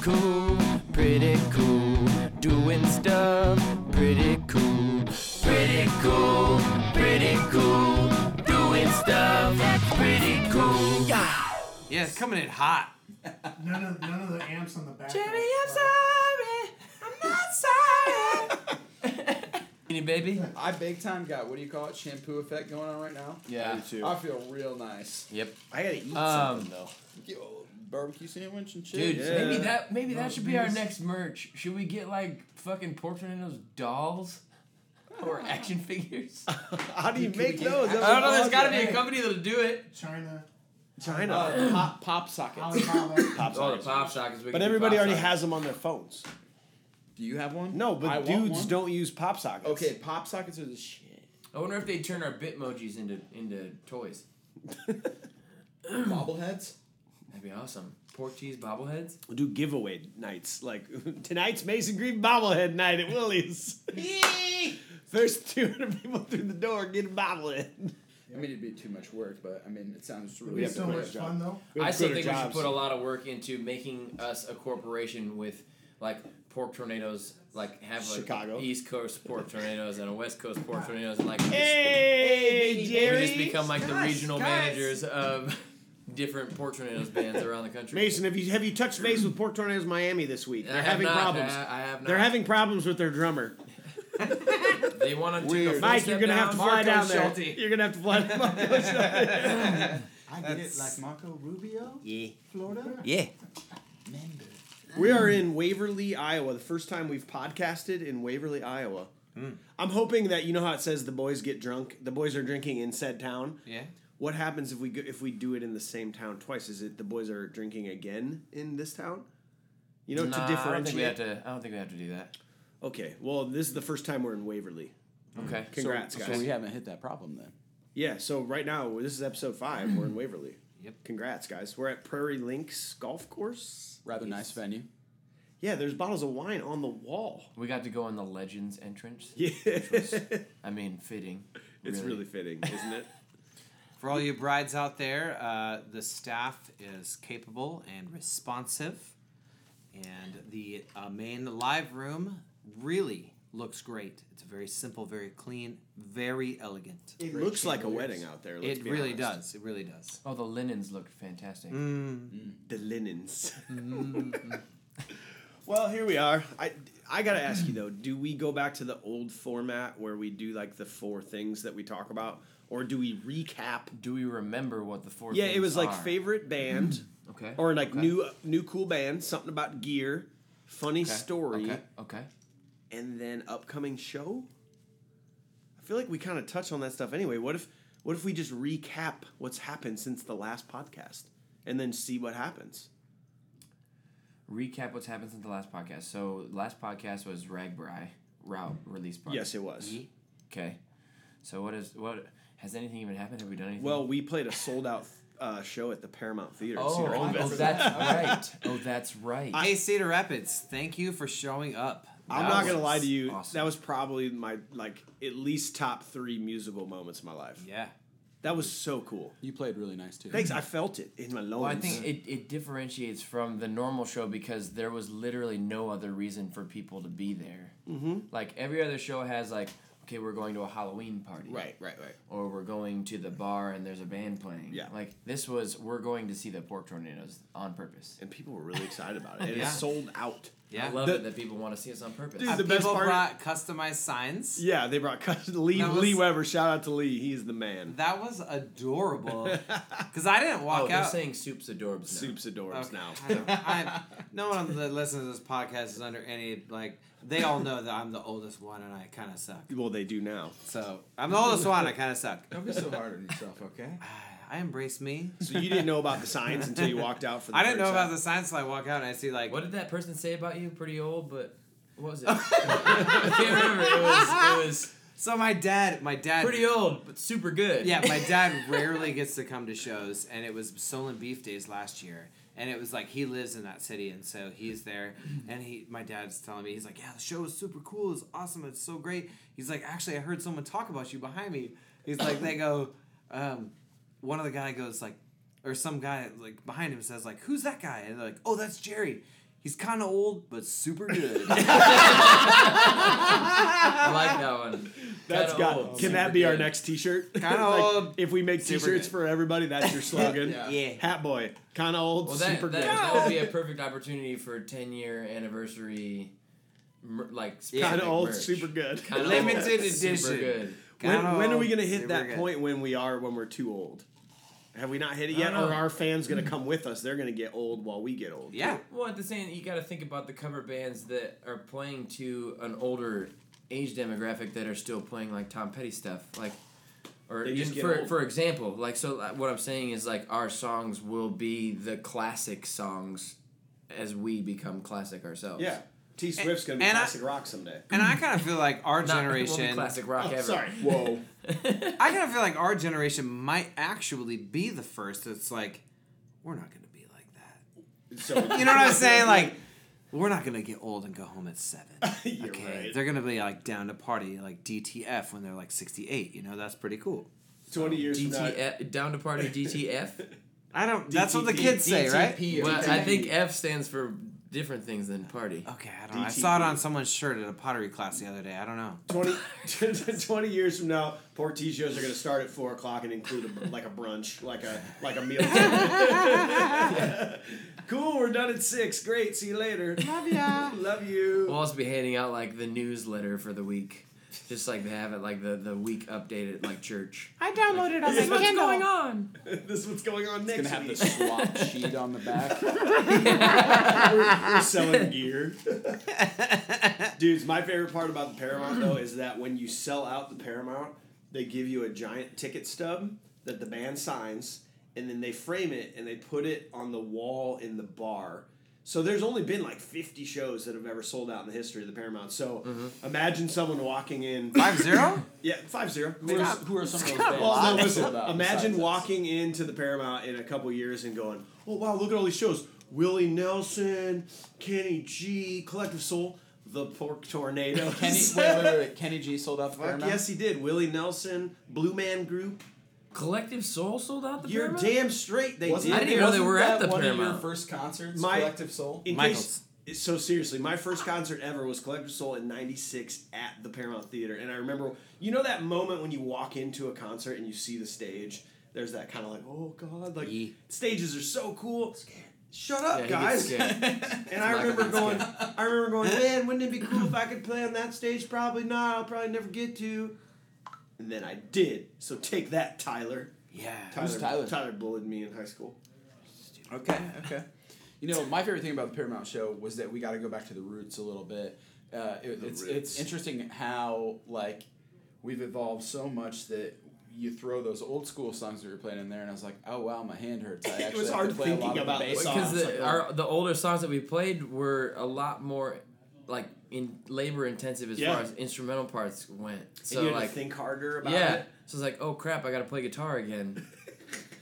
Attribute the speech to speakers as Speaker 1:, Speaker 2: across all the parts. Speaker 1: cool, pretty cool, doing stuff pretty cool, pretty cool, pretty cool, doing stuff pretty cool. Yeah.
Speaker 2: Yeah, it's coming in hot.
Speaker 3: None of none of the amps on the back.
Speaker 1: Jimmy, I'm sorry. I'm not sorry. Any baby?
Speaker 4: I big time got what do you call it shampoo effect going on right now.
Speaker 1: Yeah.
Speaker 4: I feel real nice.
Speaker 1: Yep.
Speaker 5: I gotta eat
Speaker 1: Um,
Speaker 5: something though.
Speaker 4: Get a little barbecue sandwich and shit.
Speaker 1: Dude,
Speaker 5: Yeah.
Speaker 1: maybe that maybe that should be our
Speaker 3: Movies.
Speaker 1: next merch. Should we get like fucking Pork Tornadoes dolls or action figures? I
Speaker 5: How do you make those?
Speaker 1: don't know. There's got to be a company that'll do it.
Speaker 3: China.
Speaker 5: China.
Speaker 4: Uh, pop pop sockets.
Speaker 3: Alibaba.
Speaker 5: Pop
Speaker 1: Oh, the
Speaker 5: sockets.
Speaker 1: pop sockets.
Speaker 5: But everybody already has them on their phones.
Speaker 4: Do you have one?
Speaker 5: No, but
Speaker 4: I want
Speaker 5: dudes
Speaker 4: one.
Speaker 5: don't use pop sockets.
Speaker 4: Okay, pop sockets are the shit.
Speaker 1: I wonder if they turn our Bitmojis into into toys.
Speaker 4: Bobbleheads.
Speaker 1: That'd be awesome. Pork cheese bobbleheads.
Speaker 5: We'll do giveaway nights. Like tonight's Mason Green bobblehead night at Willie's. First 200 people through the door get a bobblehead.
Speaker 4: I mean, it'd be too much work, but I mean, it sounds really.
Speaker 3: It'd be
Speaker 5: have to
Speaker 3: so much
Speaker 5: quit our
Speaker 3: fun though.
Speaker 5: We
Speaker 1: I
Speaker 5: have
Speaker 1: still
Speaker 5: quitter
Speaker 1: think we should
Speaker 5: jobs.
Speaker 1: put a lot of work into making us a corporation with like Pork Tornadoes. Like have like
Speaker 5: Chicago.
Speaker 1: East Coast Pork Tornadoes and a West Coast Pork Tornadoes and like
Speaker 5: Hey,
Speaker 1: We
Speaker 5: Jerry.
Speaker 1: just become like the
Speaker 3: Guys,
Speaker 1: regional
Speaker 3: guys.
Speaker 1: managers of different Pork Tornadoes bands around the country.
Speaker 5: Mason, have you have you touched base with Pork Tornadoes Miami this week?
Speaker 1: And
Speaker 5: They're
Speaker 1: I have
Speaker 5: having
Speaker 1: not,
Speaker 5: problems.
Speaker 1: I, I have not.
Speaker 5: They're having problems with their drummer.
Speaker 1: They want to
Speaker 4: Weird.
Speaker 1: take a
Speaker 5: Mike, you're gonna have to fly
Speaker 2: Marco
Speaker 5: down there.
Speaker 2: Schulte.
Speaker 5: You're gonna have to fly down there.
Speaker 6: I get it, like Marco Rubio,
Speaker 5: yeah.
Speaker 6: Florida.
Speaker 1: Yeah.
Speaker 6: Mender.
Speaker 5: We are in Waverly, Iowa. The first time we've podcasted in Waverly, Iowa. I'm hoping that you know how it says the boys get drunk. The boys are drinking in said town.
Speaker 2: Yeah.
Speaker 5: What happens if we go, if we do it in the same town twice? Is it the boys are drinking again in this town? You know,
Speaker 1: Nah,
Speaker 5: to
Speaker 1: I don't think we have
Speaker 5: differentiate.
Speaker 1: to. I don't think we have to do that.
Speaker 5: Okay. Well, this is the first time we're in Waverly.
Speaker 1: Okay.
Speaker 5: Congrats,
Speaker 4: So
Speaker 5: guys.
Speaker 4: we haven't hit that problem then.
Speaker 5: Yeah, so right now, this is episode five. We're in Waverly.
Speaker 2: Yep.
Speaker 5: Congrats, guys. We're at Prairie Links Golf Course.
Speaker 4: Rather nice venue.
Speaker 5: Yeah, there's bottles of wine on the wall.
Speaker 1: We got to go in the Legends entrance.
Speaker 5: Yeah.
Speaker 1: I mean, fitting.
Speaker 5: It's really fitting, isn't it?
Speaker 2: For all you brides out there, uh, the staff is capable and responsive, and the uh, main live room really looks great. It's very simple, very clean, very elegant.
Speaker 5: It looks like a wedding out there. let's
Speaker 2: it
Speaker 5: be
Speaker 2: really
Speaker 5: honest.
Speaker 2: does. It really does.
Speaker 1: Oh, the linens looked fantastic.
Speaker 5: Mm. The linens.
Speaker 1: Mm-hmm.
Speaker 5: well, here we are. I I gotta ask you though, do we go back to the old format where we do like the four things that we talk about, or do we recap?
Speaker 1: Do we remember what the four?
Speaker 5: Yeah, it
Speaker 1: things
Speaker 5: was like
Speaker 1: are?
Speaker 5: favorite band,
Speaker 1: Okay.
Speaker 5: or like
Speaker 1: okay.
Speaker 5: new new cool band, something about gear, funny
Speaker 1: Okay,
Speaker 5: story,
Speaker 1: Okay. Okay.
Speaker 5: and then upcoming show. I feel like we kind of touch on that stuff anyway. What if what if we just recap what's happened since the last podcast, and then see what happens?
Speaker 1: Recap what's happened since the last podcast. So last podcast was Ragbri route release party.
Speaker 5: Yes, it was.
Speaker 1: Okay. So what is what has anything even happened? Have we done anything?
Speaker 5: Well, we played a sold out uh, show at the Paramount Theater. in
Speaker 1: oh,
Speaker 5: Cedar
Speaker 1: oh,
Speaker 5: Rapids.
Speaker 1: that's right. Oh, that's right.
Speaker 2: hey, Cedar Rapids, thank you for showing up.
Speaker 5: I'm
Speaker 1: that
Speaker 5: not
Speaker 1: was
Speaker 5: gonna lie to you.
Speaker 1: awesome.
Speaker 5: That was probably my like at least top three musical moments of my life.
Speaker 2: Yeah.
Speaker 5: That was so cool.
Speaker 4: You played really nice too.
Speaker 5: Thanks. I felt it in my lungs.
Speaker 1: well, I think it, it differentiates from the normal show because there was literally no other reason for people to be there. Mm-hmm. Like every other show has like, okay, we're going to a Halloween party.
Speaker 4: Right, right, right.
Speaker 1: Or we're going to the bar and there's a band playing.
Speaker 5: Yeah.
Speaker 1: Like this was we're going to see the Pork Tornadoes on purpose.
Speaker 5: and people were really excited about it. It
Speaker 2: Yeah.
Speaker 5: sold out.
Speaker 2: Yeah.
Speaker 1: I love
Speaker 5: The-
Speaker 1: it that people want to see us on purpose.
Speaker 5: Dude,
Speaker 2: Uh,
Speaker 5: the best
Speaker 2: people
Speaker 5: part-
Speaker 2: brought customized signs.
Speaker 5: Yeah, they brought cus- Lee
Speaker 2: That was-
Speaker 5: Lee Weber. Shout out to Lee. He's the man.
Speaker 2: That was adorable. Because I didn't walk
Speaker 1: oh, they're
Speaker 2: out.
Speaker 1: saying soup's adorbs. Now.
Speaker 5: Soup's adorbs
Speaker 2: Okay,
Speaker 5: now.
Speaker 2: I don't- I- no one on the- that listens to this podcast is under any like. They all know that I'm the oldest one and I kind of suck.
Speaker 5: Well, they do now.
Speaker 2: So I'm the oldest one. I kind of suck.
Speaker 4: Don't be so hard on yourself, okay?
Speaker 2: I embrace me.
Speaker 5: So you didn't know about the signs until you walked out for. the
Speaker 2: I didn't
Speaker 5: first
Speaker 2: know about
Speaker 5: time.
Speaker 2: the science till I walk out and I see like.
Speaker 1: What did that person say about you? Pretty old, but what was it? I can't remember. It was it was
Speaker 2: So my dad, my dad.
Speaker 1: pretty old, but super good.
Speaker 2: Yeah, my dad rarely gets to come to shows, and it was Solon Beef Days last year, and it was like he lives in that city, and so he's there, and he, my dad's telling me, he's like, yeah, the show is super cool, it's awesome, it's so great. He's like, actually, I heard someone talk about you behind me. He's like, they go, um, one of the guy goes like, or some guy like behind him says like, who's that guy? And they're like, oh, that's Jerry. He's kind of old, but super good.
Speaker 1: I like that one.
Speaker 5: That's
Speaker 1: Kinda
Speaker 5: got.
Speaker 1: old,
Speaker 5: Can that
Speaker 1: super
Speaker 5: be our
Speaker 1: good.
Speaker 5: next T-shirt?
Speaker 2: Kinda old,
Speaker 5: If we make
Speaker 2: super
Speaker 5: T-shirts
Speaker 2: good.
Speaker 5: for everybody, that's your slogan.
Speaker 4: Yeah.
Speaker 5: Hat boy, kind of old,
Speaker 1: Well, that,
Speaker 5: super
Speaker 1: that,
Speaker 5: good.
Speaker 1: that would be a perfect opportunity for ten year anniversary, mer- like
Speaker 2: Yeah.
Speaker 1: specific
Speaker 5: kind of old,
Speaker 1: merch.
Speaker 5: super good.
Speaker 1: Kinda
Speaker 2: Limited
Speaker 1: old, Super
Speaker 2: edition.
Speaker 1: good.
Speaker 5: When,
Speaker 2: Kinda
Speaker 5: when are we
Speaker 2: old,
Speaker 5: gonna hit
Speaker 2: super
Speaker 5: that
Speaker 2: good.
Speaker 5: point when we are when we're too old? Have we not hit it
Speaker 1: I
Speaker 5: yet?
Speaker 1: don't
Speaker 2: Oh.
Speaker 5: Or
Speaker 1: know.
Speaker 5: are our fans gonna come with us? They're gonna get old while we get old.
Speaker 2: Yeah.
Speaker 1: Well, at the same, you got to think about the cover bands that are playing to an older age demographic that are still playing like Tom Petty stuff, like. Or
Speaker 5: They just
Speaker 1: in-
Speaker 5: get
Speaker 1: for,
Speaker 5: old.
Speaker 1: for example, like so, like, what I'm saying is like our songs will be the classic songs as we become classic ourselves.
Speaker 5: Yeah. T Swift's gonna be
Speaker 2: and I-
Speaker 5: classic rock someday.
Speaker 2: And I kind of feel like our
Speaker 1: Not, it won't be
Speaker 2: generation.
Speaker 1: classic rock
Speaker 5: Oh,
Speaker 1: ever.
Speaker 5: sorry.
Speaker 4: Whoa.
Speaker 2: I kind of feel like our generation might actually be the first that's like, we're not going to be like that.
Speaker 5: So
Speaker 2: You know what I'm saying? Like, we're not going to get old and go home at 7.
Speaker 5: You're
Speaker 2: Okay.
Speaker 5: right.
Speaker 2: They're going to be like down to party, like DTF when they're like 68. You know, that's pretty cool.
Speaker 5: Twenty years from now.
Speaker 1: DTF down to party DTF.
Speaker 2: I don't, that's what the
Speaker 5: DTP,
Speaker 2: kids say, right?
Speaker 4: DTP.
Speaker 1: well, I think F stands for different things than party.
Speaker 2: Okay, I don't know. I saw it
Speaker 5: DTP.
Speaker 2: on someone's shirt at a pottery class the other day. I don't know.
Speaker 5: 20, 20 years from now, Portillo's are going to start at four o'clock and include a, like a brunch, like a like a meal. cool, we're done at six. Great, see you later. Love ya. Love you.
Speaker 1: We'll also be handing out like the newsletter for the week, just like they have it like the the week updated like church.
Speaker 2: I downloaded on
Speaker 5: This is what's
Speaker 1: going on?
Speaker 5: this is what's going on next
Speaker 4: Gonna have
Speaker 5: week.
Speaker 4: the swap sheet on the back.
Speaker 5: we're, we're selling gear. Dudes, my favorite part about the Paramount though is that when you sell out the Paramount, they give you a giant ticket stub that the band signs, and then they frame it and they put it on the wall in the bar. So there's only been like 50 shows that have ever sold out in the history of the Paramount. So imagine someone walking in.
Speaker 2: 5 0?
Speaker 5: Yeah, five zero.
Speaker 4: Who are, who are some of those bands?
Speaker 5: Well, no,
Speaker 4: that
Speaker 5: listen.
Speaker 4: sold out
Speaker 5: Imagine
Speaker 4: besides us?
Speaker 5: walking into the Paramount in a couple years and going, "Oh wow, look at all these shows: Willie Nelson, Kenny G, Collective Soul, The Pork Tornado."
Speaker 4: Kenny, wait, wait, wait, Kenny G sold out the
Speaker 5: Fuck
Speaker 4: Paramount?
Speaker 5: yes, he did. Willie Nelson, Blue Man Group.
Speaker 1: Collective Soul sold out the
Speaker 5: You're
Speaker 1: Paramount?
Speaker 5: damn straight. They
Speaker 4: Wasn't-
Speaker 1: I
Speaker 5: did.
Speaker 1: didn't know they
Speaker 4: wasn't
Speaker 1: were at
Speaker 4: that
Speaker 1: the
Speaker 4: one of your
Speaker 1: Paramount.
Speaker 4: first concerts,
Speaker 5: My-
Speaker 4: Collective Soul.
Speaker 5: In
Speaker 2: Michaels.
Speaker 5: case, so seriously, my first concert ever was Collective Soul in '96 at the Paramount Theater, and I remember, you know, that moment when you walk into a concert and you see the stage. There's that kind of like, oh god, like
Speaker 2: Yeah.
Speaker 5: stages are so cool. Shut
Speaker 1: Yeah,
Speaker 5: up,
Speaker 1: he gets
Speaker 5: guys!
Speaker 1: scared.
Speaker 5: And I
Speaker 1: Michael
Speaker 5: remember
Speaker 1: Jackson.
Speaker 5: going, I remember going, man, wouldn't it be cool if I could play on that stage? Probably not. I'll probably never get to. And then I did. So take that, Tyler.
Speaker 2: Yeah.
Speaker 4: Who's Tyler?
Speaker 5: bullied me in high school.
Speaker 4: Okay, okay. You know, my favorite thing about the Paramount show was that we got to go back to the roots a little bit. Uh, it,
Speaker 5: roots.
Speaker 4: it's it's interesting how like we've evolved so much that you throw those old school songs that we were playing in there, and I was like, oh wow, my hand hurts. I
Speaker 5: It
Speaker 4: actually
Speaker 5: was
Speaker 4: have
Speaker 5: hard
Speaker 4: to play a
Speaker 5: thinking
Speaker 4: lot of
Speaker 5: about
Speaker 4: the bass
Speaker 5: the
Speaker 4: songs.
Speaker 1: because
Speaker 5: songs, uh,
Speaker 1: the, our, the older songs that we played were a lot more like in labor intensive as
Speaker 5: Yeah.
Speaker 1: far as instrumental parts went. So
Speaker 5: and you had
Speaker 1: like
Speaker 5: to think harder about
Speaker 1: yeah,
Speaker 5: it.
Speaker 1: so it's like oh crap, I got to play guitar again.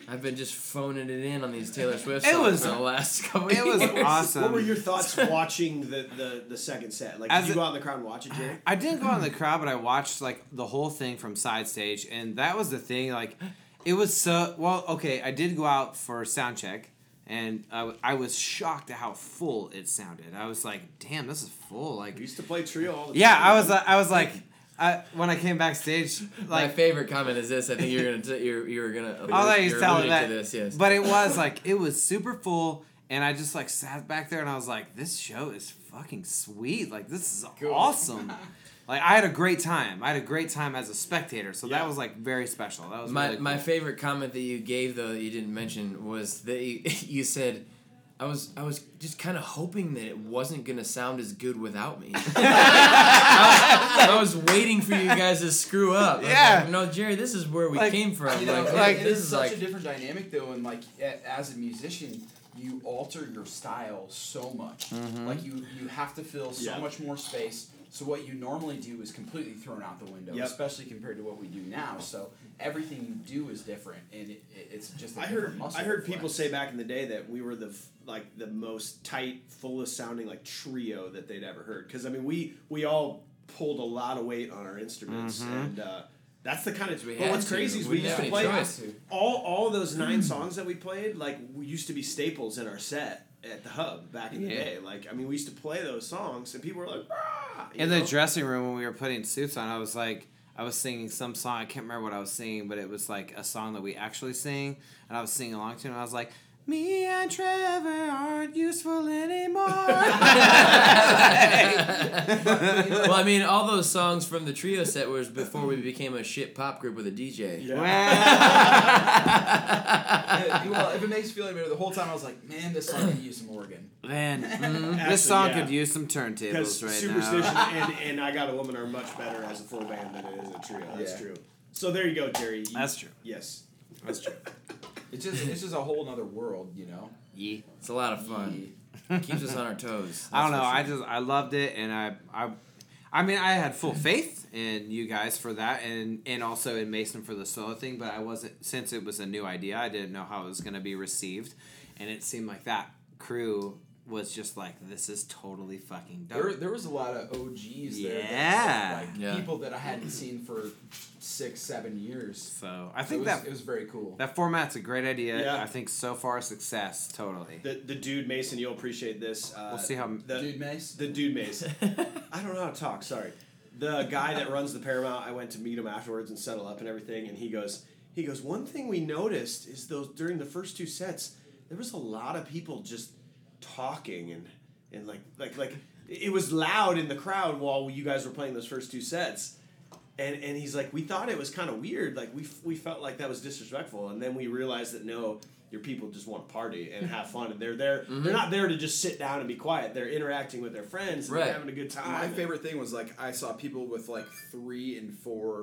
Speaker 1: I've been just phoning it in on these Taylor Swift
Speaker 2: It
Speaker 1: songs
Speaker 2: was-
Speaker 1: for the last couple
Speaker 2: It was
Speaker 1: years.
Speaker 2: awesome.
Speaker 5: What were your thoughts watching the, the, the second set? Like,
Speaker 2: As
Speaker 5: did you
Speaker 2: a-
Speaker 5: go out in the crowd and watch it, Jerry?
Speaker 2: I didn't go on the crowd, but I watched like the whole thing from side stage, and that was the thing. Like, it was so well. Okay, I did go out for sound check, and I, w- I was shocked at how full it sounded. I was like, "Damn, this is full!"
Speaker 5: We
Speaker 2: Like,
Speaker 5: used to play trio all the
Speaker 2: yeah,
Speaker 5: time.
Speaker 2: I was uh, I was like, I, when I came backstage,
Speaker 1: My
Speaker 2: like,
Speaker 1: favorite comment is this. I think you're gonna t- you're you're gonna.
Speaker 2: I'll let you
Speaker 1: you're
Speaker 2: tell
Speaker 1: alluding To
Speaker 2: that.
Speaker 1: this, yes.
Speaker 2: But it was like it was super full, and I just like sat back there and I was like, "This show is fucking sweet! Like this is awesome!" Like I had a great time. I had a great time as a spectator, so
Speaker 5: Yeah.
Speaker 2: that was like very special. That was
Speaker 1: my
Speaker 2: really
Speaker 1: my
Speaker 2: cool.
Speaker 1: favorite comment that you gave though that you didn't mention was that you, you said. I was I was just kind of hoping that it wasn't gonna sound as good without me. I, was, I was waiting for you guys to screw up. I was
Speaker 2: Yeah.
Speaker 1: like, no, Jerry, this is where we
Speaker 2: Like,
Speaker 1: came from.
Speaker 4: You know,
Speaker 1: like,
Speaker 4: like
Speaker 1: this
Speaker 4: it's
Speaker 1: is
Speaker 4: such
Speaker 1: like
Speaker 4: a different dynamic though, and like a- as a musician, you alter your style so much.
Speaker 1: Mm-hmm.
Speaker 4: Like you, you have to fill so
Speaker 5: Yeah.
Speaker 4: much more space. So what you normally do is completely thrown out the window,
Speaker 5: Yep.
Speaker 4: especially compared to what we do now. So everything you do is different, and it, it- it's just. I
Speaker 5: I heard I heard people say back in the day that we were the f- like the most tight, fullest sounding like trio that they'd ever heard. Because I mean, we we all pulled a lot of weight on our instruments,
Speaker 2: Mm-hmm.
Speaker 5: and uh, that's the kind of.
Speaker 1: We
Speaker 5: But
Speaker 1: had
Speaker 5: what's
Speaker 1: to.
Speaker 5: crazy is
Speaker 1: We
Speaker 5: we used
Speaker 1: had
Speaker 5: to
Speaker 1: to.
Speaker 5: play
Speaker 1: Choice.
Speaker 2: Hmm.
Speaker 5: all all those nine songs that we played. Like we used to be staples in our set. at the hub back in the
Speaker 2: Yeah.
Speaker 5: day. Like, I mean, we used to play those songs, and people were like, "Rah!" you
Speaker 2: in the
Speaker 5: know?
Speaker 2: dressing room when we were putting suits on, I was like, I was singing some song. I can't remember what I was singing, but it was like a song that we actually sing, and I was singing along to it. And I was like, "Me and Trevor aren't useful anymore."
Speaker 1: well, I mean, all those songs from the trio set was before we became a shit pop group with a DJ.
Speaker 5: Yeah.
Speaker 4: Yeah, well, if it makes you feel any better, the whole time I was like, man, this song could use some organ.
Speaker 2: Man,
Speaker 5: Actually,
Speaker 2: this song
Speaker 5: yeah.
Speaker 2: could use some turntables
Speaker 5: Because
Speaker 2: right
Speaker 5: Superstition
Speaker 2: now.
Speaker 5: and, and I Got a Woman are much better as a full band than it is a trio. That's
Speaker 4: Yeah.
Speaker 5: true. So there you go, Terry. You-
Speaker 2: That's true.
Speaker 5: Yes.
Speaker 2: That's true.
Speaker 4: It's just it's just a whole nother world, you know.
Speaker 2: Yeah.
Speaker 1: It's a lot of fun. Keeps us on our toes.
Speaker 2: I don't know.
Speaker 1: that's
Speaker 2: I
Speaker 1: for
Speaker 2: just I loved it, and I I, I mean I had full faith in you guys for that, and and also in Mason for the solo thing. But I wasn't since it was a new idea. I didn't know how it was going to be received, and it seemed like that crew was just like, this is totally fucking
Speaker 4: There,
Speaker 2: dope.
Speaker 4: there was a lot of OGs there.
Speaker 2: Yeah.
Speaker 4: That, like
Speaker 1: Yeah.
Speaker 4: people that I hadn't seen for six, seven years.
Speaker 2: So I think
Speaker 4: it was,
Speaker 2: that
Speaker 4: it was very cool.
Speaker 2: that format's a great idea.
Speaker 5: Yeah.
Speaker 2: I think so far a success. Totally.
Speaker 5: The, the dude Mason, you'll appreciate this. Uh,
Speaker 2: We'll see how-
Speaker 5: the
Speaker 4: Dude, Mace.
Speaker 5: the dude Mason. I don't know how to talk. Sorry. The guy that runs the Paramount, I went to meet him afterwards and settle up and everything, and he goes, he goes. One thing we noticed is those during the first two sets, there was a lot of people just talking and and like like like it was loud in the crowd while you guys were playing those first two sets. And, and he's like, we thought it was kind of weird. Like we, f- we felt like that was disrespectful, and then we realized that no, your people just want to party and have fun, and they're there. They're not there to just sit down and be quiet. They're interacting with their friends and
Speaker 1: Right.
Speaker 5: they're having a good time.
Speaker 4: My favorite thing was like I saw people with like three and four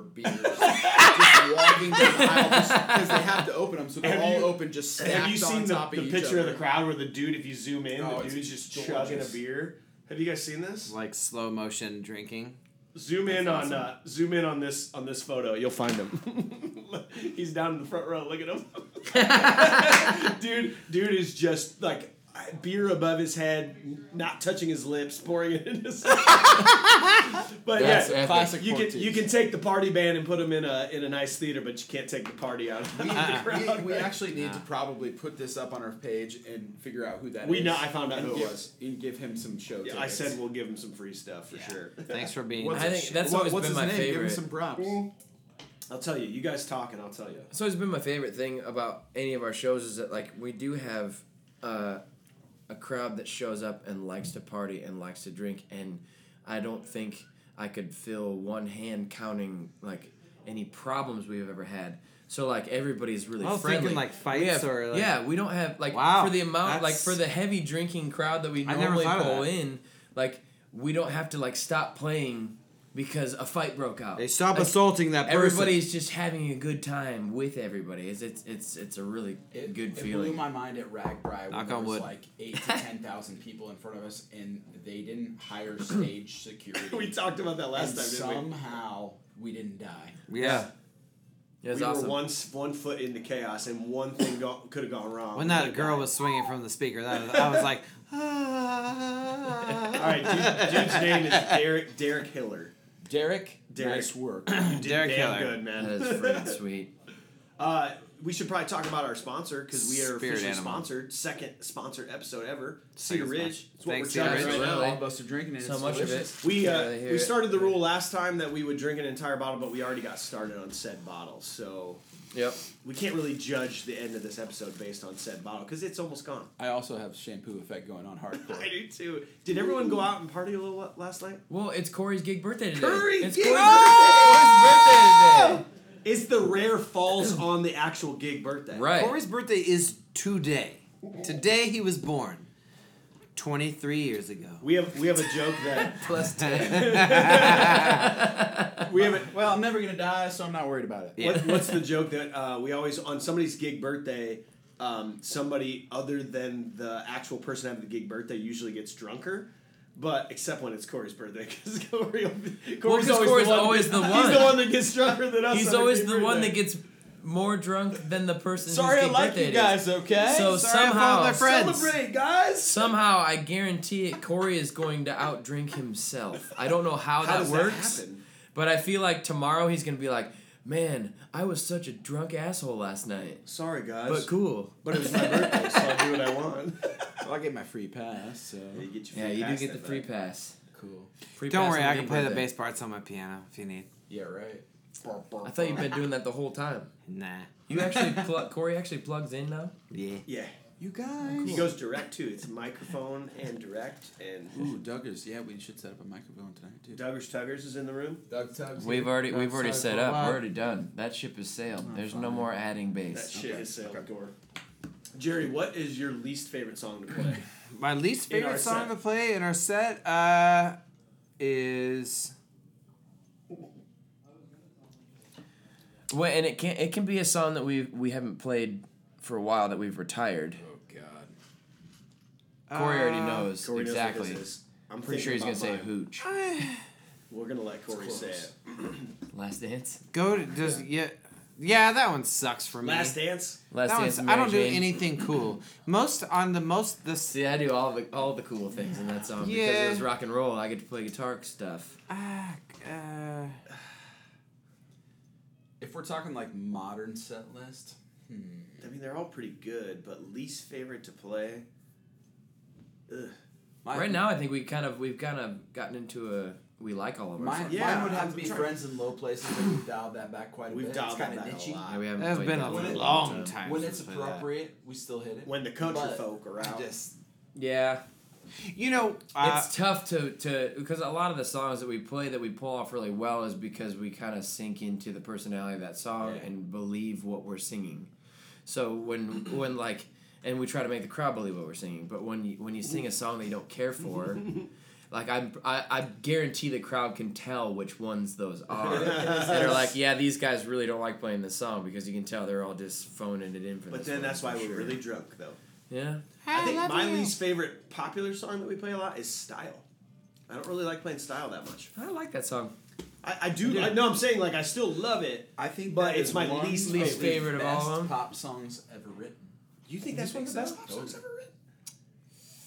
Speaker 4: beers just walking down the aisle because they have to open them, so they're
Speaker 5: Have
Speaker 4: all
Speaker 5: you-
Speaker 4: open, just stacked
Speaker 5: Have you
Speaker 4: on
Speaker 5: seen the,
Speaker 4: top
Speaker 5: the
Speaker 4: of each
Speaker 5: picture
Speaker 4: other.
Speaker 5: of the crowd where the dude, if you zoom in,
Speaker 4: Oh,
Speaker 5: the
Speaker 4: it's
Speaker 5: dude's just
Speaker 4: gorgeous.
Speaker 5: chugging a beer? Have you guys seen this?
Speaker 2: Like slow motion drinking.
Speaker 5: Zoom in on uh, zoom in on this on this photo. You'll find him. He's down in the front row. Look at him. dude, dude is just like beer above his head, not touching his lips, pouring it in his. but
Speaker 1: That's
Speaker 5: yeah,
Speaker 1: epic.
Speaker 4: Classic
Speaker 5: you can
Speaker 4: Portuguese.
Speaker 5: you can take the party band and put them in a in a nice theater, but you can't take the party out. Of
Speaker 4: We,
Speaker 5: the crowd.
Speaker 4: we, we actually need to probably put this up on our page and figure out who that is.
Speaker 5: We know- I found out
Speaker 4: and
Speaker 5: who it
Speaker 4: give-
Speaker 5: was.
Speaker 4: And give him some show
Speaker 5: Yeah,
Speaker 4: tickets.
Speaker 5: I said we'll give him some free stuff for sure.
Speaker 2: Thanks for being.
Speaker 1: I think that's
Speaker 4: What-
Speaker 1: always
Speaker 4: what's
Speaker 1: been
Speaker 4: his
Speaker 1: my
Speaker 4: name? Give him
Speaker 1: favorite.
Speaker 4: some props.
Speaker 5: I'll tell you. You guys talk, and I'll tell you.
Speaker 1: It's always been my favorite thing about any of our shows is that like we do have uh, a crowd that shows up and likes to party and likes to drink, and I don't think I could fill one hand counting like any problems we've ever had. So like everybody's really
Speaker 2: I was
Speaker 1: friendly.
Speaker 2: thinking, like,
Speaker 1: We have-
Speaker 2: fights or, like-
Speaker 1: yeah, we don't have like
Speaker 2: Wow,
Speaker 1: for the amount like
Speaker 2: that's-
Speaker 1: for the heavy drinking crowd that we
Speaker 2: I never
Speaker 1: normally
Speaker 2: thought of
Speaker 1: pull
Speaker 2: that.
Speaker 1: in, like we don't have to like stop playing because a fight broke out.
Speaker 2: They stop
Speaker 1: Like,
Speaker 2: assaulting that person.
Speaker 1: Everybody's just having a good time with everybody. It's it's it's, it's a really
Speaker 4: It,
Speaker 1: good
Speaker 4: it
Speaker 1: feeling.
Speaker 4: blew my mind at Ragbri
Speaker 2: Knock
Speaker 4: when there
Speaker 2: on
Speaker 4: was
Speaker 2: wood.
Speaker 4: like eight to ten thousand people in front of us, and they didn't hire stage security.
Speaker 5: We talked about that last
Speaker 4: and
Speaker 5: time, didn't we?
Speaker 4: somehow we? didn't die.
Speaker 2: yeah.
Speaker 1: it was
Speaker 5: we
Speaker 1: awesome.
Speaker 5: were one s- one foot in the chaos, and one thing go- could have gone wrong.
Speaker 2: When that girl was swinging from the speaker, that was, I was like, "Ah."
Speaker 5: all right, dude, dude's name is Derek Derek Hiller.
Speaker 4: Derek,
Speaker 5: Derek.
Speaker 4: nice work.
Speaker 5: You did
Speaker 2: Derek
Speaker 5: damn
Speaker 2: Hiller.
Speaker 5: good man.
Speaker 1: that is freaking sweet.
Speaker 5: uh, we should probably talk about our sponsor because we are
Speaker 2: Spirit
Speaker 5: officially
Speaker 2: animal.
Speaker 5: sponsored. Second sponsored episode ever. Cedar
Speaker 2: Second
Speaker 5: Ridge.
Speaker 2: sponsor.
Speaker 5: It's what
Speaker 2: Thanks,
Speaker 5: we're
Speaker 2: Cedar
Speaker 5: chugging
Speaker 2: Ridge.
Speaker 5: right now.
Speaker 1: Really?
Speaker 4: All of us are drinking it.
Speaker 1: So
Speaker 4: it's
Speaker 1: much
Speaker 4: delicious.
Speaker 1: of it.
Speaker 5: We
Speaker 1: Yeah,
Speaker 5: uh,
Speaker 1: they hear
Speaker 5: we
Speaker 1: it.
Speaker 5: started the rule last time that we would drink an entire bottle, but we already got started on said bottle, so
Speaker 1: Yep.
Speaker 5: we can't really judge the end of this episode based on said bottle because it's almost gone.
Speaker 4: I also have shampoo effect going on
Speaker 5: I
Speaker 4: hardcore.
Speaker 5: do too. Did everyone go out and party a little last night?
Speaker 1: Well, it's Corey's gig birthday today.
Speaker 5: Curry
Speaker 1: it's
Speaker 5: gig
Speaker 1: Corey's,
Speaker 2: birthday!
Speaker 1: Corey's birthday
Speaker 5: It's the rare falls on the actual gig birthday.
Speaker 1: today. Right.
Speaker 2: Corey's birthday is today. Today he was born. 23 years ago.
Speaker 5: We have we have a joke that
Speaker 1: Plus ten.
Speaker 5: we have a,
Speaker 4: well, I'm never gonna die, so I'm not worried about it.
Speaker 2: Yeah.
Speaker 5: what, what's the joke that uh, we always on somebody's gig birthday, um, somebody other than the actual person having the gig birthday usually gets drunker. But except when it's Corey's birthday, because Corey, Corey's,
Speaker 1: 'cause
Speaker 5: always,
Speaker 1: Corey's
Speaker 5: the one,
Speaker 1: always the
Speaker 5: He's
Speaker 1: one.
Speaker 5: the one that gets drunker than us. on
Speaker 1: He's
Speaker 5: our
Speaker 1: always
Speaker 5: gig
Speaker 1: the one
Speaker 5: birthday.
Speaker 1: that gets more drunk than the person.
Speaker 4: Sorry, I
Speaker 1: whose gig
Speaker 4: like
Speaker 1: birthday
Speaker 4: you
Speaker 1: it is.
Speaker 4: guys. Okay.
Speaker 1: So
Speaker 2: Sorry, I'm
Speaker 1: somehow,
Speaker 2: following my friend. friends.
Speaker 5: Celebrate, guys!
Speaker 1: somehow, I guarantee it. Corey is going to outdrink himself. I don't know how,
Speaker 5: How
Speaker 1: that
Speaker 5: does
Speaker 1: works.
Speaker 5: that happen?
Speaker 1: But I feel like tomorrow he's gonna be like, "Man, I was such a drunk asshole last night."
Speaker 5: Sorry, guys.
Speaker 1: But cool.
Speaker 5: But it was my birthday, so I'll do what I want.
Speaker 4: Well, I get my free pass, so
Speaker 5: You get
Speaker 1: yeah,
Speaker 5: your free
Speaker 1: you do
Speaker 5: pass
Speaker 1: get the
Speaker 5: that
Speaker 1: free
Speaker 5: night.
Speaker 1: pass.
Speaker 4: cool.
Speaker 1: Free
Speaker 2: Don't
Speaker 1: pass
Speaker 2: worry,
Speaker 1: on
Speaker 2: I can
Speaker 1: any
Speaker 2: play the
Speaker 1: birthday.
Speaker 2: bass parts on my piano if you need.
Speaker 4: Yeah, right.
Speaker 1: I thought you've been doing that the whole time.
Speaker 2: Nah.
Speaker 1: You actually, pl- Corey actually plugs in now.
Speaker 2: Yeah.
Speaker 5: Yeah,
Speaker 4: You guys.
Speaker 5: he goes direct too. It's microphone and direct. And
Speaker 4: Ooh, Duggers. Yeah, we should set up a microphone tonight too.
Speaker 5: Duggers Tuggers is in the room.
Speaker 4: Doug Tugs.
Speaker 1: We've already, we've
Speaker 6: That's
Speaker 1: already
Speaker 6: so
Speaker 1: set up.
Speaker 6: cool.
Speaker 1: We're already done. That ship is sailed. There's no
Speaker 6: fine.
Speaker 1: more adding
Speaker 5: That
Speaker 1: bass.
Speaker 5: shit has sailed the door. Jerry, what is your least favorite song to play?
Speaker 2: My least
Speaker 5: In our
Speaker 2: favorite song
Speaker 5: set.
Speaker 2: to play in our set uh, is
Speaker 1: Well, and it can it can be a song that we we haven't played for a while that we've retired.
Speaker 4: Oh God.
Speaker 1: Corey already
Speaker 2: uh,
Speaker 1: knows
Speaker 5: Corey knows what this
Speaker 1: exactly.
Speaker 5: is. I'm
Speaker 1: I'm pretty sure he's gonna
Speaker 5: thinking
Speaker 1: say
Speaker 5: about mine.
Speaker 1: hooch.
Speaker 5: We're gonna let Corey say it.
Speaker 1: Last dance.
Speaker 2: Go to does yeah. Yeah, that one sucks for me.
Speaker 5: Last Dance.
Speaker 1: Last
Speaker 2: that
Speaker 1: dance.
Speaker 2: one's,
Speaker 1: with
Speaker 2: I
Speaker 1: Mary
Speaker 2: don't do
Speaker 1: Jane.
Speaker 2: anything cool. Most on the most this
Speaker 1: See, I do all the all the cool things in that song because
Speaker 2: Yeah.
Speaker 1: it was rock and roll. I get to play guitar stuff.
Speaker 2: Ah, uh,
Speaker 4: If we're talking like modern set list, hmm.
Speaker 5: I mean, they're all pretty good, but least favorite to play. Ugh.
Speaker 4: My-
Speaker 1: right now, I think we kind of we've kind of gotten into a we like all of our
Speaker 4: my,
Speaker 1: songs.
Speaker 5: Yeah,
Speaker 4: mine would have
Speaker 5: I'm
Speaker 4: to be
Speaker 5: trying-
Speaker 4: friends in low places. But we've dialed that back quite a
Speaker 5: We've
Speaker 4: bit.
Speaker 5: dialed
Speaker 4: it's
Speaker 5: that
Speaker 4: kinda
Speaker 5: back a
Speaker 4: nichey.
Speaker 5: lot.
Speaker 1: Yeah, we haven't
Speaker 2: that's
Speaker 1: played
Speaker 2: been
Speaker 1: that
Speaker 2: a
Speaker 1: one.
Speaker 4: When it-
Speaker 2: long time.
Speaker 4: When
Speaker 2: since
Speaker 4: it's
Speaker 2: we played that.
Speaker 4: appropriate, we still hit it.
Speaker 5: When the country
Speaker 4: But
Speaker 5: folk are out.
Speaker 4: Just
Speaker 1: Yeah,
Speaker 2: You know, uh,
Speaker 1: it's tough to to because a lot of the songs that we play that we pull off really well is because we kind of sink into the personality of that song
Speaker 4: Yeah.
Speaker 1: and believe what we're singing. So when when like and we try to make the crowd believe what we're singing, but when you, when you sing a song that you don't care for, like I'm, I I guarantee the crowd can tell which ones those are. and they're like, yeah, these guys really don't like playing this song because you can tell they're all just phoning it in for.
Speaker 5: But
Speaker 1: this
Speaker 5: then
Speaker 1: one,
Speaker 5: that's why
Speaker 1: for
Speaker 5: we're
Speaker 1: sure.
Speaker 5: really drunk, though.
Speaker 1: yeah.
Speaker 5: I,
Speaker 2: I
Speaker 5: think
Speaker 2: love
Speaker 5: my
Speaker 2: you.
Speaker 5: least favorite popular song that we play a lot is Style. I don't really like playing Style that much.
Speaker 1: I like that song.
Speaker 5: I, I do. I, no, I'm saying like I still love it.
Speaker 4: I think,
Speaker 5: But
Speaker 4: that
Speaker 5: it's
Speaker 4: is
Speaker 5: my
Speaker 4: one
Speaker 5: least-
Speaker 4: of
Speaker 1: least
Speaker 4: the
Speaker 1: favorite of all
Speaker 4: best
Speaker 1: of 'em.
Speaker 4: Pop songs ever written.
Speaker 5: You think
Speaker 4: that's one of the best pop songs
Speaker 5: ever written?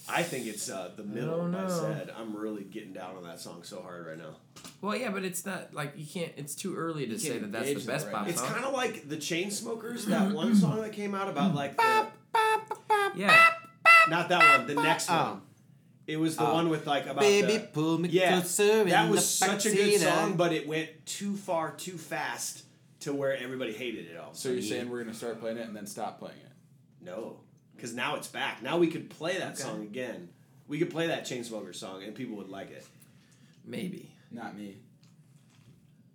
Speaker 5: I think it's uh, the middle.
Speaker 1: don't
Speaker 5: I,
Speaker 1: know.
Speaker 5: said I'm really getting down on that song so hard right now.
Speaker 1: Well, yeah, but it's not like you can't. It's too early to
Speaker 4: You
Speaker 1: say
Speaker 4: can't
Speaker 1: that that's
Speaker 4: engage
Speaker 1: the
Speaker 4: that
Speaker 1: best
Speaker 4: right
Speaker 1: pop
Speaker 4: now.
Speaker 5: It's
Speaker 1: song.
Speaker 5: kind of like the Chainsmokers. That one song that came out about like the,
Speaker 1: yeah,
Speaker 5: not that one. The next
Speaker 2: Oh.
Speaker 5: one. It was the
Speaker 2: Oh.
Speaker 5: one with like about
Speaker 2: Baby,
Speaker 5: the,
Speaker 2: pull me
Speaker 5: Yeah,
Speaker 2: closer.
Speaker 5: that
Speaker 2: in
Speaker 5: was
Speaker 2: the
Speaker 5: such a good
Speaker 2: backseat, uh,
Speaker 5: song, but it went too far, too fast to where everybody hated it all.
Speaker 4: So you're saying we're gonna start playing it and then stop playing it?
Speaker 5: no, because now it's back. Now we could play that
Speaker 4: Okay.
Speaker 5: song again. We could play that Chainsmokers song, and people would like it.
Speaker 1: maybe.
Speaker 4: Not me.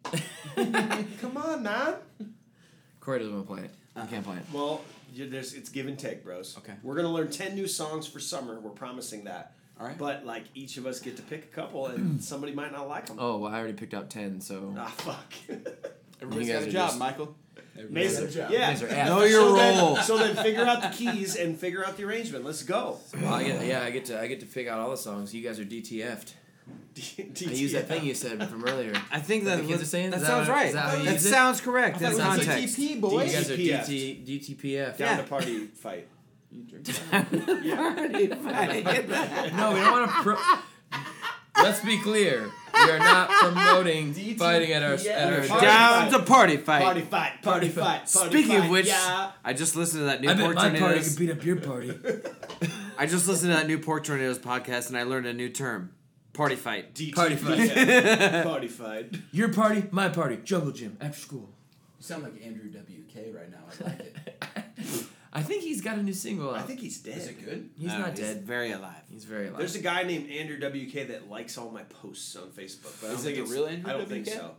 Speaker 5: Come on, man.
Speaker 1: Corey doesn't want to play it. He can't play it.
Speaker 5: Well, you there's it's give and take, bros.
Speaker 4: Okay.
Speaker 5: We're gonna learn ten new songs for summer. We're promising that.
Speaker 4: All right.
Speaker 5: But like each of us get to pick a couple, and somebody might not like them.
Speaker 1: Oh well, I already picked out ten, so
Speaker 5: Ah, fuck.
Speaker 4: Everybody's
Speaker 1: You guys
Speaker 4: got a
Speaker 1: are
Speaker 4: job,
Speaker 1: just-
Speaker 4: Michael. Everybody's got
Speaker 5: Mason,
Speaker 4: a job.
Speaker 5: yeah.
Speaker 1: These are ass.
Speaker 2: Know your
Speaker 5: so
Speaker 2: role.
Speaker 5: Then, so then, figure out the keys and figure out the arrangement. Let's go.
Speaker 1: Well, I get, yeah, I get to I get to pick out all the songs. You guys are DTF'd. I use that thing you said from earlier.
Speaker 2: I think
Speaker 1: That
Speaker 2: that,
Speaker 1: the kids
Speaker 2: was-
Speaker 1: are saying?
Speaker 2: that
Speaker 1: Is that
Speaker 2: sounds
Speaker 1: how-
Speaker 2: right.
Speaker 1: is that how
Speaker 2: That,
Speaker 1: you use it?
Speaker 2: sounds correct
Speaker 4: That
Speaker 2: in
Speaker 4: was
Speaker 2: context.
Speaker 4: DTP
Speaker 1: You
Speaker 4: boys.
Speaker 1: guys are
Speaker 5: DTF'd.
Speaker 1: DT DTPF.
Speaker 5: Down
Speaker 2: Yeah.
Speaker 5: to party fight.
Speaker 4: You drink that?
Speaker 1: No, we don't want to. Pro- Let's be clear. We are not promoting fighting at our at our.
Speaker 5: DTPF.
Speaker 1: job.
Speaker 2: Down to party fight.
Speaker 5: Party fight. Party,
Speaker 1: Party
Speaker 5: fight.
Speaker 1: fight.
Speaker 5: Party
Speaker 2: Speaking
Speaker 5: fight,
Speaker 2: of which,
Speaker 5: yeah.
Speaker 2: I just listened to that new
Speaker 1: I bet
Speaker 2: Pork
Speaker 1: my party
Speaker 2: Tornadoes.
Speaker 1: could beat up your party.
Speaker 2: I just listened to that new Pork Tornadoes podcast and I learned a new term. Party fight.
Speaker 5: DTPF.
Speaker 1: Party
Speaker 5: party fight.
Speaker 1: Your party, my party, jungle gym after school.
Speaker 4: You sound like Andrew WK right now. I like it.
Speaker 1: I think he's got a new single out.
Speaker 5: I think he's dead.
Speaker 4: Is it good?
Speaker 1: he's
Speaker 2: No,
Speaker 1: not dead.
Speaker 2: Uh, very alive.
Speaker 1: He's very alive.
Speaker 5: There's a guy named Andrew WK that likes all my posts on Facebook, but I don't
Speaker 4: Is it
Speaker 5: think
Speaker 4: the
Speaker 5: it's,
Speaker 4: real Andrew
Speaker 5: I don't think
Speaker 4: WK?
Speaker 5: so.